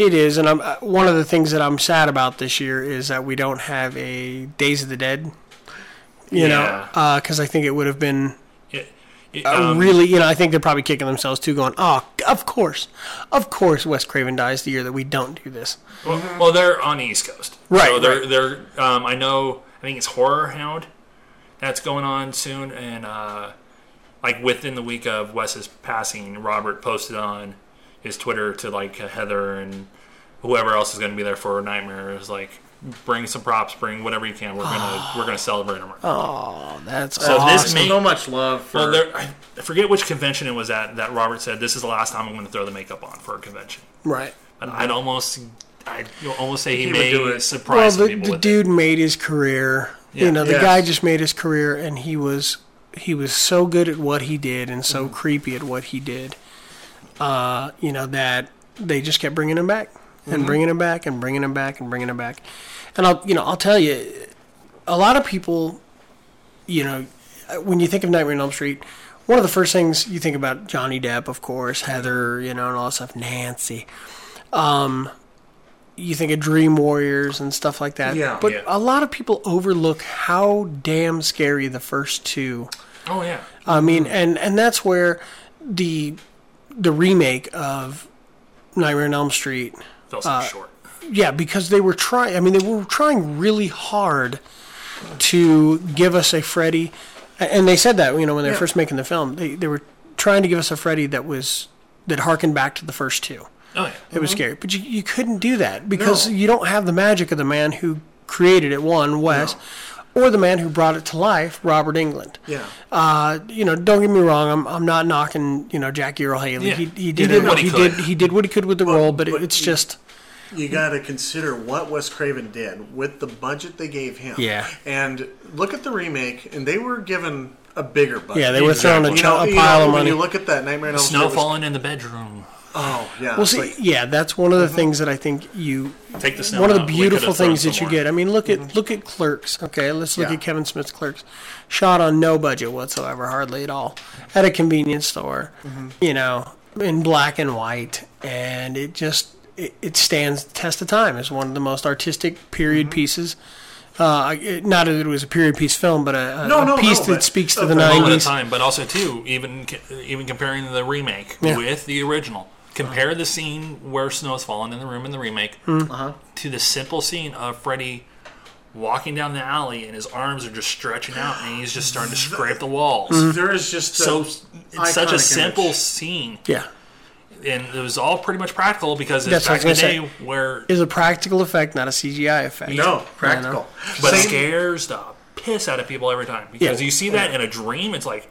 Speaker 1: it is, and I'm uh, one of the things that I'm sad about this year is that we don't have a Days of the Dead. You
Speaker 2: Yeah.
Speaker 1: know, because I think it would have been
Speaker 2: It- it-
Speaker 1: a
Speaker 2: um,
Speaker 1: really, you know, I think they're probably kicking themselves too, going, oh, of course, of course, Wes Craven dies the year that we don't do this.
Speaker 2: Well, well, they're on the East Coast,
Speaker 1: Mm-hmm. Right,
Speaker 2: So they're
Speaker 1: right.
Speaker 2: they're. Um, I know. I think it's Horror Hound that's going on soon, and uh, like within the week of Wes's passing, Robert posted on his Twitter to like uh, Heather and whoever else is going to be there for Nightmare is like bring some props, bring whatever you can. We're
Speaker 1: *sighs*
Speaker 2: gonna we're gonna celebrate him.
Speaker 1: Oh, that's
Speaker 2: So
Speaker 1: awesome.
Speaker 2: this may
Speaker 3: so much love for
Speaker 2: well, there, I forget which convention it was at that Robert said this is the last time I'm going to throw the makeup on for a convention.
Speaker 1: right.
Speaker 2: But
Speaker 1: Mm-hmm.
Speaker 2: I'd almost, I'd almost say he,
Speaker 3: He would
Speaker 2: may
Speaker 3: do it.
Speaker 1: Well,
Speaker 2: surprise
Speaker 1: the,
Speaker 2: people
Speaker 1: the
Speaker 2: with
Speaker 1: dude made his career.
Speaker 2: Yeah.
Speaker 1: You know, the
Speaker 3: Yes.
Speaker 1: guy just made his career, and he was he was so good at what he did, and so creepy at what he did. Uh, you know that they just kept bringing him back and bringing him back and bringing him back and bringing him back. And I'll you know I'll tell you, a lot of people, you know, uh, when you think of Nightmare on Elm Street. One of the first things you think about Johnny Depp, of course, Heather, you know, and all that stuff, Nancy Um, you think of Dream Warriors and stuff like that.
Speaker 3: Yeah.
Speaker 1: But
Speaker 2: Yeah.
Speaker 1: a lot of people overlook how damn scary the first two.
Speaker 2: it. Oh yeah.
Speaker 1: I mean, and and that's where the the remake of Nightmare on Elm Street.
Speaker 2: fell
Speaker 1: uh,
Speaker 2: so short.
Speaker 1: Yeah, because they were trying. I mean, they were trying really hard to give us a Freddy, a- and they said that you know when they were
Speaker 3: Yeah.
Speaker 1: first making the film, they they were trying to give us a Freddy that was that harkened back to the first two.
Speaker 2: Oh yeah.
Speaker 1: It was scary, but you, you couldn't do that because
Speaker 3: No.
Speaker 1: you don't have the magic of the man who created it, one Wes, or the man who brought it to life, Robert England.
Speaker 3: yeah.
Speaker 1: Uh, you know, don't get me wrong. I'm, I'm not knocking you know Jackie Earl Haley.
Speaker 2: Yeah.
Speaker 1: He, he did,
Speaker 2: did
Speaker 1: it-
Speaker 2: what he
Speaker 1: did
Speaker 2: could.
Speaker 1: he did what he could with the role, but, it-
Speaker 3: but
Speaker 1: it's
Speaker 3: he-
Speaker 1: just
Speaker 3: you got to consider what Wes Craven did with the budget they gave him.
Speaker 1: Yeah.
Speaker 3: And look at the remake, and they were given a bigger budget.
Speaker 1: yeah they were throwing a,
Speaker 2: Exactly.
Speaker 3: You
Speaker 1: chunk-
Speaker 3: know,
Speaker 1: a
Speaker 3: you
Speaker 1: pile
Speaker 3: know,
Speaker 1: of
Speaker 3: when
Speaker 1: money.
Speaker 3: you look at that Nightmare on Elm Street.
Speaker 2: Snow
Speaker 3: it was-
Speaker 2: falling in the bedroom.
Speaker 3: Oh yeah.
Speaker 1: Well,
Speaker 3: it's
Speaker 1: see,
Speaker 3: like- mm-hmm.
Speaker 1: yeah, that's one of the things that I think you.
Speaker 2: Take the snow.
Speaker 1: one of
Speaker 2: out.
Speaker 1: the
Speaker 2: We
Speaker 1: beautiful
Speaker 2: could've thrown
Speaker 1: things that
Speaker 2: some
Speaker 1: you
Speaker 2: more.
Speaker 1: get. I mean, look at look at Clerks. Okay, let's look
Speaker 3: Mm-hmm. Yeah.
Speaker 1: at Kevin Smith's Clerks, shot on no budget whatsoever, hardly at all, at a convenience store.
Speaker 3: Mm-hmm.
Speaker 1: You know, in black and white, and it just it, it stands the test of time. It's one of the most artistic period
Speaker 3: Mm-hmm.
Speaker 1: pieces. Uh, it- not that it was a period piece film, but a, a,
Speaker 3: No,
Speaker 1: a
Speaker 3: no,
Speaker 1: piece
Speaker 3: no,
Speaker 1: that
Speaker 3: but
Speaker 1: speaks to
Speaker 3: of
Speaker 1: the
Speaker 3: the moment
Speaker 2: All the
Speaker 1: nineties.
Speaker 2: time, but also too, even even comparing the remake
Speaker 1: Yeah.
Speaker 2: with the original. Compare the scene where Snow's falling in the room in the remake
Speaker 1: Mm.
Speaker 2: to the simple scene of Freddy walking down the alley and his arms are just stretching out and he's just starting to
Speaker 1: Mm. Mm-hmm.
Speaker 2: scrape the walls.
Speaker 3: there is just
Speaker 2: So
Speaker 3: a
Speaker 2: it's such a
Speaker 3: iconic image.
Speaker 2: simple scene
Speaker 1: Yeah,
Speaker 2: and it was all pretty much practical because it's
Speaker 1: That's
Speaker 2: back
Speaker 1: what I
Speaker 2: in the
Speaker 1: was
Speaker 2: day
Speaker 1: gonna
Speaker 2: where
Speaker 1: It was a practical effect, not a CGI effect.
Speaker 3: No, practical.
Speaker 2: but it
Speaker 3: same,
Speaker 2: scares the piss out of people every time because
Speaker 1: Yeah.
Speaker 2: you see that in a dream. It's like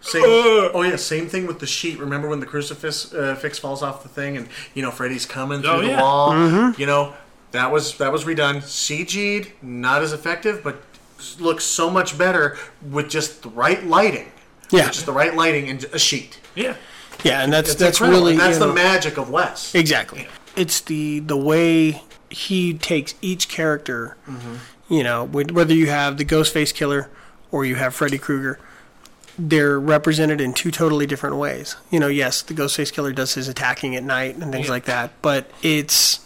Speaker 3: same- oh yeah, same thing with the sheet. Remember when the crucifix uh, fix falls off the thing, and you know Freddy's coming through
Speaker 2: Oh,
Speaker 3: the
Speaker 2: yeah.
Speaker 3: wall.
Speaker 1: Mm-hmm.
Speaker 3: You know that was that was redone, CG'd, not as effective, but s- looks so much better with just the right lighting.
Speaker 1: Yeah.
Speaker 3: With just the right lighting and a sheet.
Speaker 2: yeah,
Speaker 1: Yeah, and that's
Speaker 3: It's
Speaker 1: that's
Speaker 3: incredible,
Speaker 1: really
Speaker 3: and that's
Speaker 1: you
Speaker 3: the
Speaker 1: know-
Speaker 3: magic of Wes.
Speaker 1: Exactly. It's the the way he takes each character.
Speaker 3: Mm-hmm.
Speaker 1: You know, wh- whether you have the Ghostface Killer or you have Freddy Krueger, they're represented in two totally different ways. You know, yes, the Ghostface Killer does his attacking at night and things like that, but it's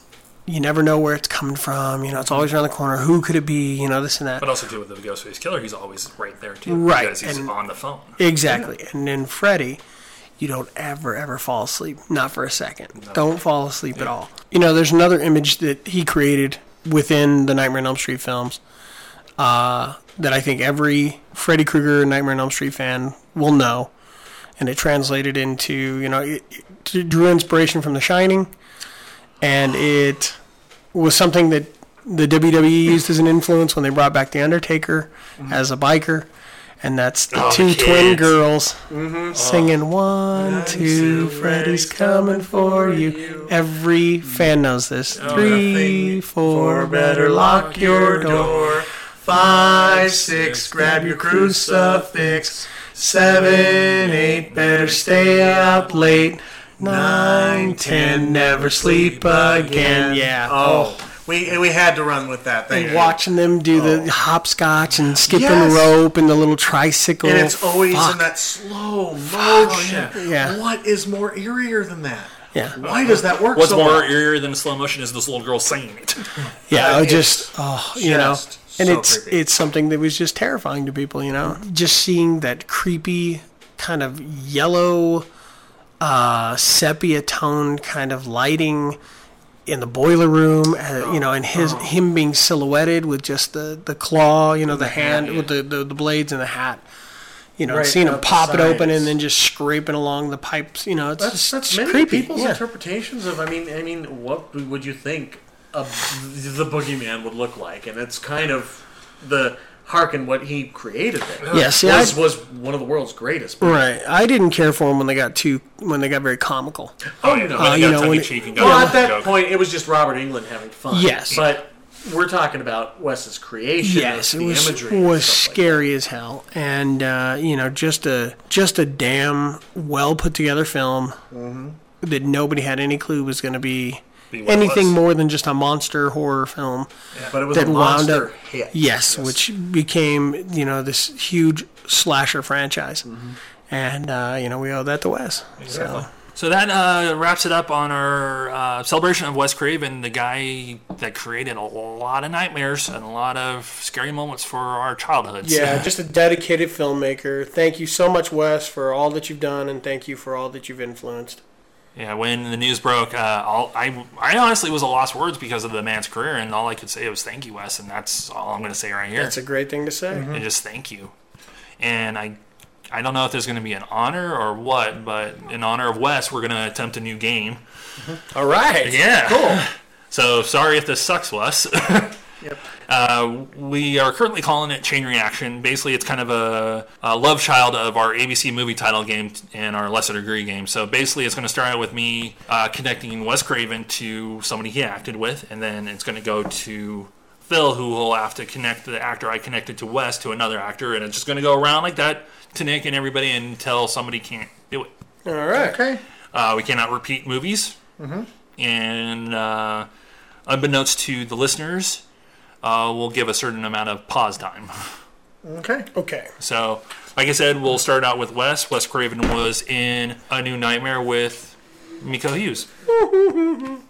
Speaker 1: you never know where it's coming from. You know, it's always around the corner. Who could it be? You know, this and that.
Speaker 5: But also too with the Ghostface Killer, he's always right there too,
Speaker 1: Right,
Speaker 5: Because he's
Speaker 1: and-
Speaker 5: on the phone.
Speaker 1: Exactly. And then Freddy, you don't ever, ever fall asleep. Not for a second. Don't fall asleep at all. You know, there's another image that he created within the Nightmare on Elm Street films uh, that I think every Freddy Krueger Nightmare on Elm Street fan will know. And it translated into, you know, it, it drew inspiration from The Shining. And it was something that the WWE used as an influence when they brought back The Undertaker as a biker. And that's Mm-hmm. Oh, the Mm-hmm. Oh. two twin
Speaker 5: kids.
Speaker 1: girls singing one, two, Freddy's coming for you. Every fan knows this. Three,
Speaker 3: Nothing
Speaker 1: Oh, four, better lock your door.
Speaker 3: Five, six, grab your crucifix. Seven, eight,
Speaker 1: Better stay up late. Nine, ten, never sleep again. Yeah.
Speaker 3: Oh, we we had to run with that. Thank you.
Speaker 1: Watching them do the hopscotch and skipping
Speaker 3: Oh. Yes.
Speaker 1: rope and the little tricycle.
Speaker 3: And it's always
Speaker 1: Oh, Fuck.
Speaker 3: in that slow motion.
Speaker 1: Yeah.
Speaker 3: What is more eerier than that?
Speaker 1: Yeah.
Speaker 3: Why does that work
Speaker 5: What's
Speaker 3: so
Speaker 5: more
Speaker 3: well?
Speaker 5: eerier than slow motion is this little girl singing
Speaker 1: *laughs*
Speaker 5: it.
Speaker 1: Yeah,
Speaker 3: Uh,
Speaker 1: I
Speaker 3: it's
Speaker 1: just oh, you know,
Speaker 3: just
Speaker 1: and
Speaker 3: so
Speaker 1: it's
Speaker 3: creepy.
Speaker 1: it's something that was just terrifying to people. You know, just seeing that creepy kind of yellow, uh, sepia toned kind of lighting in the boiler room. Uh, you know, and his
Speaker 3: Oh.
Speaker 1: him being silhouetted with just the the claw, you know, the, hand with the, the the blades and the hat. You know,
Speaker 3: Right,
Speaker 1: seeing him
Speaker 3: up the
Speaker 1: pop it open
Speaker 3: sides.
Speaker 1: and then just scraping along the pipes. You know, it's
Speaker 3: That's,
Speaker 1: just
Speaker 3: that's
Speaker 1: it's
Speaker 3: many
Speaker 1: creepy.
Speaker 3: people's
Speaker 1: yeah.
Speaker 3: interpretations of. I mean, I mean, what would you think of the boogeyman would look like? And it's kind of the harken what he created there.
Speaker 1: Yeah, see,
Speaker 3: was,
Speaker 1: I-
Speaker 3: was one of the world's greatest.
Speaker 1: Right, I didn't care for him when they got too when they got very comical.
Speaker 5: *laughs*
Speaker 3: Oh, you know,
Speaker 1: Uh, you know, when it-
Speaker 5: cheek and got
Speaker 3: Well,
Speaker 5: a
Speaker 3: at that
Speaker 5: joke.
Speaker 3: point, it was just Robert England having fun.
Speaker 1: Yes.
Speaker 3: but we're talking about Wes's creation.
Speaker 1: Yes, it
Speaker 3: of the
Speaker 1: was
Speaker 3: imagery and
Speaker 1: was
Speaker 3: stuff like
Speaker 1: scary as hell, and uh, you know, just a just a damn well put together film that nobody had any clue was going to be
Speaker 5: what it
Speaker 1: anything
Speaker 5: was.
Speaker 1: more than just a monster horror film.
Speaker 3: that. But it was
Speaker 1: that
Speaker 3: a
Speaker 1: wound
Speaker 3: monster
Speaker 1: up,
Speaker 3: hit.
Speaker 1: yes, which became you know this huge slasher franchise, and uh, you know we owe that to Wes. So
Speaker 2: So that uh, wraps it up on our uh, celebration of Wes Craven, the guy that created a lot of nightmares and a lot of scary moments for our childhoods. *laughs*
Speaker 1: yeah, uh, just a dedicated filmmaker. Thank you so much, Wes, for all that you've done, and thank you for all that you've influenced.
Speaker 2: Yeah, when the news broke, uh, all, I I honestly was a lost words because of the man's career, and all I could say was thank you, Wes, and that's all I'm going to say right here.
Speaker 1: That's a great thing to say.
Speaker 2: and just thank you. And I I don't know if there's going to be an honor or what, but in honor of Wes, we're going to attempt a new game.
Speaker 1: All right.
Speaker 2: Yeah. Cool. So sorry if this sucks, Wes. *laughs* Uh, we are currently calling it Chain Reaction. Basically, it's kind of a, a love child of our ABC movie title game and our lesser degree game. So basically, it's going to start out with me uh, connecting Wes Craven to somebody he acted with, and then it's going to go to Phil, who will have to connect the actor I connected to Wes to another actor, and it's just going to go around like that to Nick and everybody until somebody can't do it.
Speaker 1: All right.
Speaker 3: Okay.
Speaker 2: Uh, we cannot repeat movies. And uh, unbeknownst to the listeners, uh, we'll give a certain amount of pause time. *laughs*
Speaker 3: Okay.
Speaker 1: Okay.
Speaker 2: So, like I said, we'll start out with Wes. Wes Craven was in A New Nightmare with Miko Hughes.
Speaker 3: fucking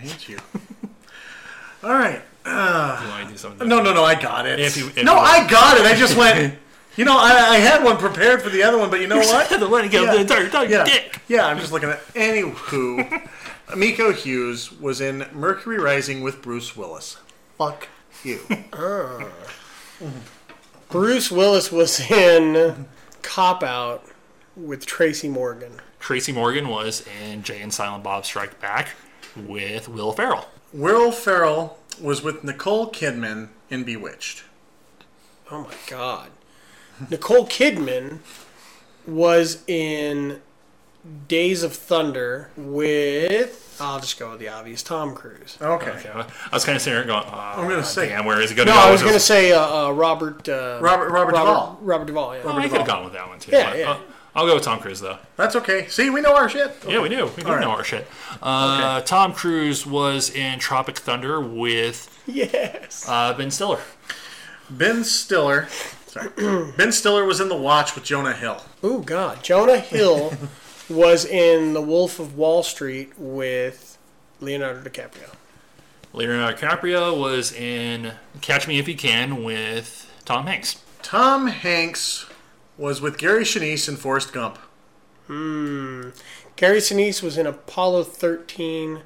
Speaker 3: hate you. *laughs* All right.
Speaker 2: I do something
Speaker 3: No, no, no. I got it.
Speaker 2: If you- if
Speaker 3: no,
Speaker 2: you-
Speaker 3: I got it. I just went. *laughs* You know, I, I had one prepared for the other one, but you know
Speaker 2: I had
Speaker 3: what?
Speaker 2: to let it go *laughs*
Speaker 3: Yeah.
Speaker 2: the entire time, you
Speaker 3: Yeah,
Speaker 2: dick.
Speaker 3: yeah. I'm just looking at.
Speaker 2: *laughs*
Speaker 3: Anywho, Miko Hughes was in Mercury Rising with Bruce Willis. Fuck you.
Speaker 1: Bruce Willis was in Cop Out with Tracy Morgan.
Speaker 2: Tracy Morgan was in Jay and Silent Bob Strike Back with Will Ferrell.
Speaker 3: Will Ferrell was with Nicole Kidman in Bewitched.
Speaker 1: Oh my god. Nicole Kidman was in Days of Thunder with I'll just go with the obvious Tom Cruise.
Speaker 3: Okay.
Speaker 2: I was kind of sitting here going, oh, I'm
Speaker 3: gonna say-
Speaker 2: damn, where is it going
Speaker 1: No,
Speaker 2: go?
Speaker 1: I was
Speaker 2: with
Speaker 1: going to
Speaker 2: this?
Speaker 1: say uh, uh, Robert, uh,
Speaker 3: Robert- Robert Duvall.
Speaker 1: Robert Duvall. Yeah.
Speaker 2: I could have gone with that one too.
Speaker 1: Yeah,
Speaker 2: but
Speaker 1: yeah.
Speaker 2: I'll, I'll go with Tom Cruise though.
Speaker 3: That's okay. See, we know our shit.
Speaker 2: Yeah, we do. We do
Speaker 3: All right.
Speaker 2: know our shit. Uh, Tom Cruise was in Tropic Thunder with
Speaker 1: Yes.
Speaker 2: uh, Ben Stiller.
Speaker 3: Ben Stiller. Sorry. ben Stiller was in The Watch with Jonah Hill.
Speaker 1: Oh god. Jonah
Speaker 3: *laughs*
Speaker 1: Hill was in The Wolf of Wall Street with Leonardo DiCaprio.
Speaker 2: Leonardo DiCaprio was in Catch Me If You Can with Tom Hanks.
Speaker 3: Tom Hanks was with Gary Sinise in Forrest Gump. *laughs*
Speaker 1: Gary Sinise was in Apollo 13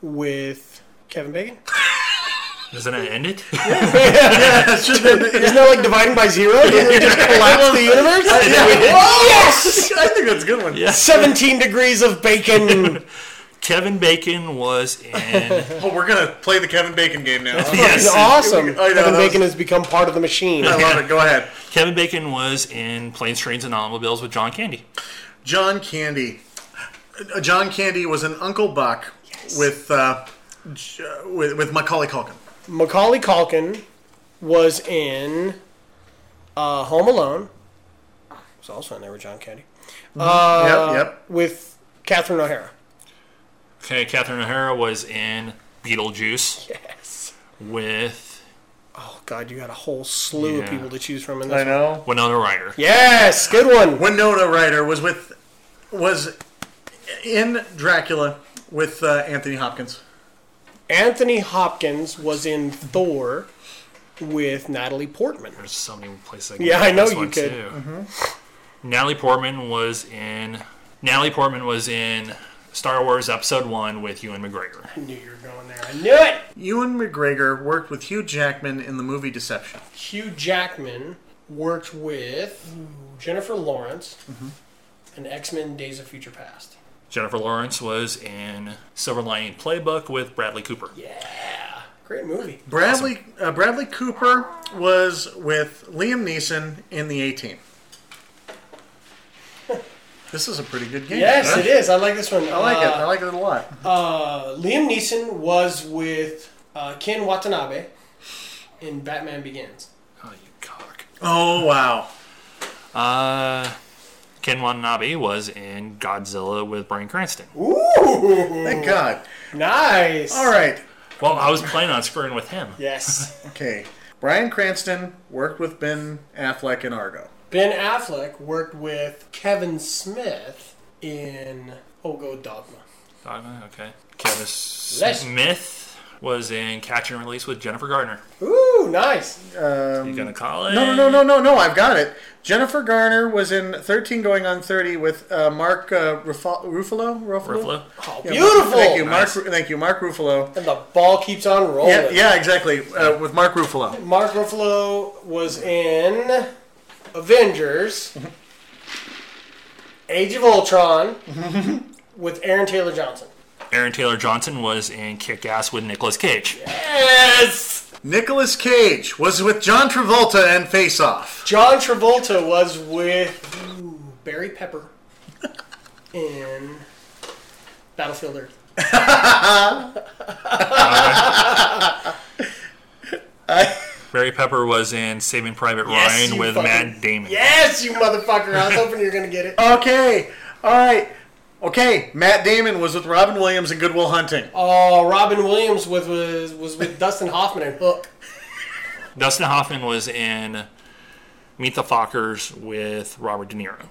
Speaker 1: with Kevin
Speaker 3: *laughs*
Speaker 1: Bacon.
Speaker 2: Doesn't it end it? *laughs*
Speaker 3: That's just I
Speaker 1: Isn't that like dividing by zero? Didn't we just collapse the universe? *laughs* Oh, yes!
Speaker 3: think that's a good one.
Speaker 1: 17 degrees of
Speaker 3: *laughs*
Speaker 1: bacon.
Speaker 2: Kevin Bacon was in.
Speaker 3: Oh, we're gonna play the Kevin Bacon game now.
Speaker 1: It's
Speaker 2: yes.
Speaker 1: awesome.
Speaker 3: I know,
Speaker 1: Kevin
Speaker 3: that
Speaker 1: Bacon has become part of the machine.
Speaker 3: I love it. Go ahead.
Speaker 2: Kevin Bacon was in Planes, Trains, and Automobiles with John Candy.
Speaker 3: John Candy. Uh, John Candy was an Uncle Buck with, uh, J- uh, with with Macaulay Culkin.
Speaker 1: Macaulay Culkin was in uh, Home Alone. Was also in there with John Candy.
Speaker 3: yep, yep.
Speaker 1: With Catherine O'Hara.
Speaker 2: Okay, Catherine O'Hara was in Beetlejuice
Speaker 1: Yes.
Speaker 2: with
Speaker 1: Oh, God, you got a whole slew of
Speaker 2: Yeah.
Speaker 1: people to choose from in this one.
Speaker 3: know.
Speaker 2: Winona Ryder.
Speaker 1: Yes, good one.
Speaker 3: Winona Ryder was with was in Dracula with uh, Anthony Hopkins.
Speaker 1: Anthony Hopkins was in Thor with Natalie Portman.
Speaker 2: There's so many places. I
Speaker 1: Yeah,
Speaker 2: go with
Speaker 1: I know
Speaker 2: this
Speaker 1: you
Speaker 2: one,
Speaker 1: could. Mm-hmm.
Speaker 2: too. Natalie Portman was in. Natalie Portman was in Star Wars Episode One with Ewan McGregor.
Speaker 1: I knew you were going there. I knew it!
Speaker 3: Ewan McGregor worked with Hugh Jackman in the movie Deception.
Speaker 1: Hugh Jackman worked with Jennifer Lawrence
Speaker 3: Mm-hmm.
Speaker 1: in X Men Days of Future Past.
Speaker 2: Jennifer Lawrence was in Silver Lining Playbook with Bradley Cooper.
Speaker 1: Great movie.
Speaker 3: Bradley uh, Bradley Cooper was with Liam Neeson in the A Team. This is a pretty good game.
Speaker 1: Yes,
Speaker 3: huh?
Speaker 1: it is. I like this one. Uh,
Speaker 3: I like it. I like it a lot.
Speaker 1: Liam Neeson was with uh, Ken Watanabe in Batman Begins.
Speaker 2: Oh, you cock.
Speaker 3: Oh wow!
Speaker 2: Uh, Ken Watanabe was in Godzilla with Bryan Cranston.
Speaker 1: Ooh,
Speaker 3: Thank God.
Speaker 1: *laughs* nice.
Speaker 3: All right.
Speaker 2: Well, I was planning on screwing with him.
Speaker 1: Yes.
Speaker 3: Okay. Brian Cranston worked with Ben Affleck in Argo.
Speaker 1: ben Affleck worked with Kevin Smith in Oh Go Dogma.
Speaker 2: Dogma, Uh, okay. Kevin
Speaker 1: Let's-
Speaker 2: Smith was in Catch and Release with Jennifer Gardner.
Speaker 1: Ooh, nice. Um,
Speaker 2: you gonna call it?
Speaker 3: No, no, no, no, no, no. I've got it. Jennifer Garner was in 13 Going on 30 with uh, Mark uh, Ruffalo. Ruffalo? Ruffalo?
Speaker 2: Ruffalo.
Speaker 1: Oh,
Speaker 3: Yeah,
Speaker 1: beautiful.
Speaker 3: Thank you, Mark. Thank you, Mark Ruffalo.
Speaker 1: And the ball keeps on rolling.
Speaker 3: Yeah, yeah, exactly. Uh, with Mark Ruffalo.
Speaker 1: Mark Ruffalo was in Avengers, Age of
Speaker 3: *laughs*
Speaker 1: Ultron, with Aaron Taylor Johnson.
Speaker 2: Aaron Taylor Johnson was in Kick Ass with Nicolas Cage.
Speaker 1: Yes!
Speaker 3: Nicholas Cage was with John Travolta and Face Off.
Speaker 1: John Travolta was with ooh, Barry *laughs* Pepper in Battlefield Earth.
Speaker 2: Barry Pepper was in Saving Private
Speaker 1: Yes,
Speaker 2: Ryan
Speaker 1: you
Speaker 2: with
Speaker 1: fucking-
Speaker 2: Matt Damon.
Speaker 1: Yes, you motherfucker! I was hoping you were gonna *laughs* get it.
Speaker 3: Okay, all right. Okay, Matt Damon was with Robin Williams in Goodwill Hunting.
Speaker 1: Oh, Robin Williams was was, was with Dustin Hoffman and Hook.
Speaker 2: Dustin Hoffman was in Meet the Fockers with Robert De Niro.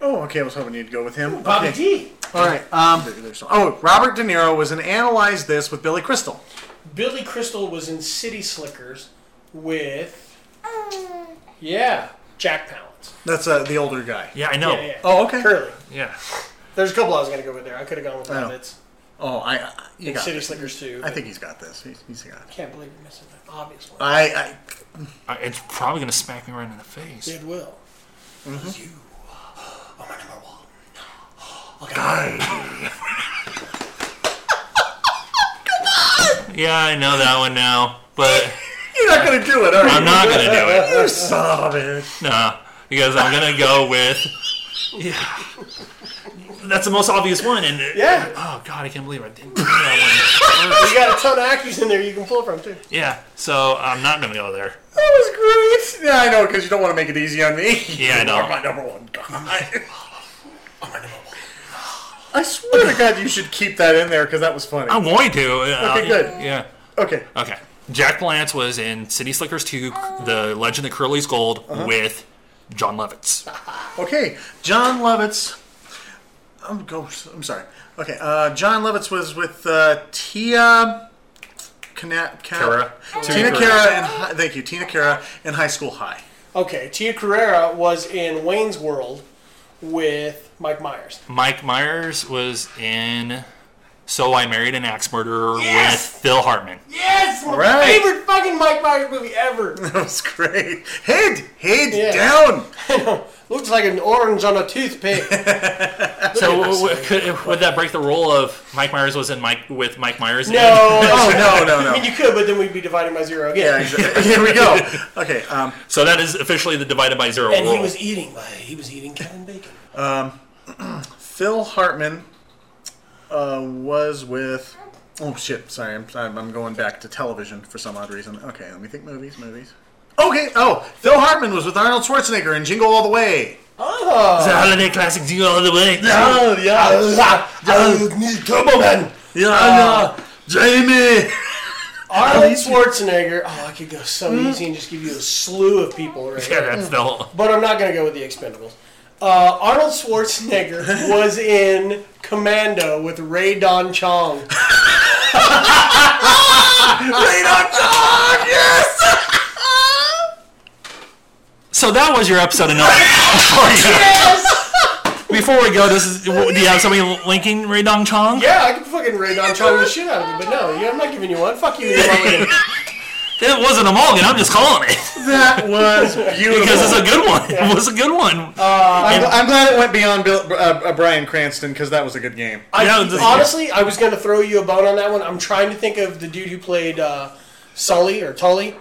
Speaker 3: Oh, okay. I was hoping you'd go with him.
Speaker 1: Bobby
Speaker 3: Okay.
Speaker 1: G.
Speaker 3: All right. Um, oh, Robert De Niro was in Analyze This with Billy Crystal.
Speaker 1: Billy Crystal was in City Slickers with,
Speaker 3: Mm.
Speaker 1: yeah, Jack Palance.
Speaker 3: That's uh, the older guy.
Speaker 2: Yeah, I know.
Speaker 1: Yeah, yeah.
Speaker 3: Oh, okay.
Speaker 1: Curly.
Speaker 2: Yeah.
Speaker 1: There's a couple I was gonna go with there. I could have gone with
Speaker 3: know.
Speaker 1: Rabbits.
Speaker 3: Oh, I. I you
Speaker 1: and
Speaker 3: got
Speaker 1: City
Speaker 3: this.
Speaker 1: Slickers too.
Speaker 3: I think he's got this. He's, he's got. It.
Speaker 1: Can't believe you're missing that. Obviously,
Speaker 3: I. I
Speaker 2: Uh, It's probably gonna smack me right in the face.
Speaker 1: Mm-hmm. it will. You are my uh, number one.
Speaker 2: Yeah, I know that one now, but
Speaker 3: You're not gonna do it, are you?
Speaker 2: I'm not gonna do
Speaker 1: *laughs*
Speaker 2: it.
Speaker 3: You son of a bitch.
Speaker 2: Nah, because I'm gonna go with. Yeah, that's the most obvious one, and
Speaker 1: Yeah.
Speaker 2: Oh God, I can't believe I didn't. do that one.
Speaker 1: You got a ton of Ackies in there you can pull from, too.
Speaker 2: yeah, so I'm not gonna go there.
Speaker 3: That was great. Yeah, I know, because you don't want to make it easy on me. *laughs*
Speaker 2: Yeah, I know.
Speaker 3: You're my number one. guy.
Speaker 2: *laughs*
Speaker 3: I swear to God, you should keep that in there because that was funny.
Speaker 2: I'm going to. uh,
Speaker 3: Okay, good.
Speaker 2: Yeah.
Speaker 3: Okay.
Speaker 2: Okay. Jack Blance was in City Slickers 2, The Legend of Curly's Gold,
Speaker 3: Uh-huh.
Speaker 2: with John Lovitz.
Speaker 3: Okay, John Lovitz. I'm go. I'm sorry. Okay, uh, John Lovitz was with uh, Tia. Kana, Kana,
Speaker 2: Cara.
Speaker 3: Tina
Speaker 2: Tina
Speaker 3: Kara and hi- thank you, Tina Kara and High School High. *laughs*
Speaker 1: Okay, Tia Carrera was in Wayne's World with Mike Myers.
Speaker 2: Mike Myers was in So I Married an Axe Murderer
Speaker 1: Yes!
Speaker 2: with Phil Hartman.
Speaker 1: Yes! My
Speaker 3: right.
Speaker 1: favorite fucking Mike Myers movie *laughs* ever.
Speaker 3: That was great. Head, head
Speaker 1: Yeah.
Speaker 3: down.
Speaker 1: Looks like an orange on a toothpick. *laughs*
Speaker 2: So w- w- could, would that break the rule of Mike Myers was in Mike with Mike Myers? in-
Speaker 1: No.
Speaker 3: Oh no,
Speaker 1: *laughs*
Speaker 3: no,
Speaker 1: I mean,
Speaker 3: no.
Speaker 1: you could, but then we'd be divided by zero again.
Speaker 3: Yeah, exactly. *laughs* Here we go. Okay. Um,
Speaker 2: So that is officially the divided by zero
Speaker 1: And
Speaker 2: rule.
Speaker 1: he was eating by he was eating Kevin *laughs* Bacon.
Speaker 3: Phil Hartman uh, was with. Oh shit! Sorry, I'm, I'm I'm going back to television for some odd reason. Okay, let me think. Movies, movies. Okay. Oh, Phil Hartman was with Arnold Schwarzenegger in Jingle All the Way.
Speaker 2: the holiday classic Jingle all the way.
Speaker 3: Oh yeah, yeah, Uh, Jamie.
Speaker 1: Arnold Schwarzenegger. Oh, I could go so easy and just give you a slew of people right
Speaker 2: Yeah,
Speaker 1: now.
Speaker 2: that's the whole.
Speaker 1: But I'm not going to go with the Expendables. Uh, Arnold Schwarzenegger was in Commando with Ray Don Chong.
Speaker 3: Wait on dog. Yes.
Speaker 2: So that was your episode of No.
Speaker 3: *laughs*
Speaker 2: *laughs*
Speaker 1: Yes!
Speaker 2: Before we go, this is, do you have somebody linking Ray Dong Chong?
Speaker 1: Yeah, I could fucking Ray Don Chong the shit out of you, but no, yeah, I'm not giving you one. Fuck you. you're wrong with it.
Speaker 2: It wasn't a mulligan. I'm just calling it *laughs*
Speaker 3: That was
Speaker 2: because
Speaker 3: beautiful.
Speaker 2: it's a good one. It was a good one.
Speaker 3: I'm, I'm glad it went beyond Bill, uh, uh, Brian Cranston because that was a good game.
Speaker 1: I,
Speaker 2: Yeah, this-
Speaker 1: honestly, I was going to throw you a bone on that one. I'm trying to think of the dude who played uh, Sully or Tully.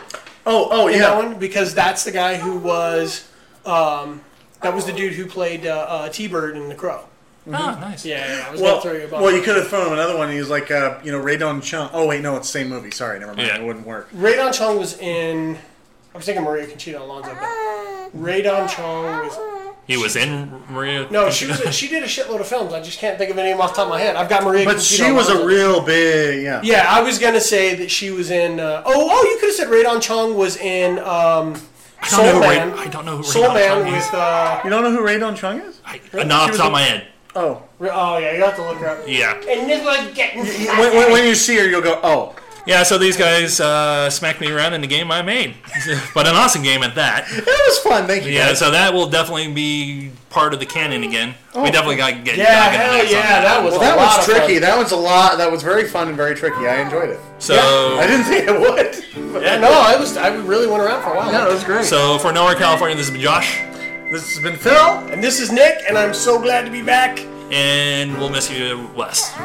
Speaker 3: Oh, oh
Speaker 1: in that
Speaker 3: yeah.
Speaker 1: one because that's the guy who was um, that was the dude who played uh, uh, T-Bird in The Crow.
Speaker 2: Oh, nice.
Speaker 1: Yeah, yeah, yeah, I was
Speaker 3: Well,
Speaker 1: gonna throw you a bone.
Speaker 3: well, you could have thrown him another one. and He was like, uh, you know, Radon Chung. Oh wait, no, it's the same movie. Sorry, never mind.
Speaker 2: Yeah.
Speaker 3: It wouldn't work.
Speaker 1: Radon Chong was in. I was thinking Maria Conchita Alonso, but Radon Chong was
Speaker 2: He was in Maria.
Speaker 1: no, she was she did a shitload of films. I just can't think of any of them off the top of my head. I've got Maria.
Speaker 3: But
Speaker 1: Conchita
Speaker 3: she was a
Speaker 1: Alonso.
Speaker 3: real big, yeah.
Speaker 1: Yeah, I was gonna say that she was in. Uh, oh, oh, you could have said Radon Chong was in um,
Speaker 2: don't know
Speaker 1: Soul
Speaker 2: who Ra-
Speaker 1: Man.
Speaker 2: I don't know who
Speaker 1: Soul
Speaker 2: Radon
Speaker 1: Man
Speaker 2: Chong is.
Speaker 1: with. Uh,
Speaker 3: You don't know who Radon Chung is?
Speaker 2: I, no, off the
Speaker 3: She was
Speaker 2: top
Speaker 3: in-
Speaker 2: of my head.
Speaker 3: Oh.
Speaker 1: oh yeah, you have to look her up.
Speaker 2: Yeah.
Speaker 1: And this was getting.
Speaker 3: When, when, when you see her, you'll go, oh.
Speaker 2: Yeah, so these guys uh, smacked me around in the game I made. *laughs* but an awesome game at that.
Speaker 3: That was fun, thank you.
Speaker 2: Yeah,
Speaker 3: guys.
Speaker 2: so that will definitely be part of the canon again. we definitely got to get
Speaker 1: Oh. Yeah,
Speaker 2: Doug in the
Speaker 1: hell
Speaker 2: mix on
Speaker 1: yeah, that was
Speaker 3: Well,
Speaker 1: a
Speaker 3: that
Speaker 1: lot
Speaker 3: one's
Speaker 1: of
Speaker 3: tricky.
Speaker 1: fun.
Speaker 3: That one's a lot. That was very fun and very tricky. I enjoyed it.
Speaker 2: So,
Speaker 3: I didn't think I would. *laughs* but-
Speaker 1: Yeah, no, I was I really went around for a while.
Speaker 3: Yeah, that was great.
Speaker 2: so for Nowhere California, this has been Josh,
Speaker 3: this has been Phil.
Speaker 1: And this is Nick, and I'm so glad to be back.
Speaker 2: and we'll miss you, Wes.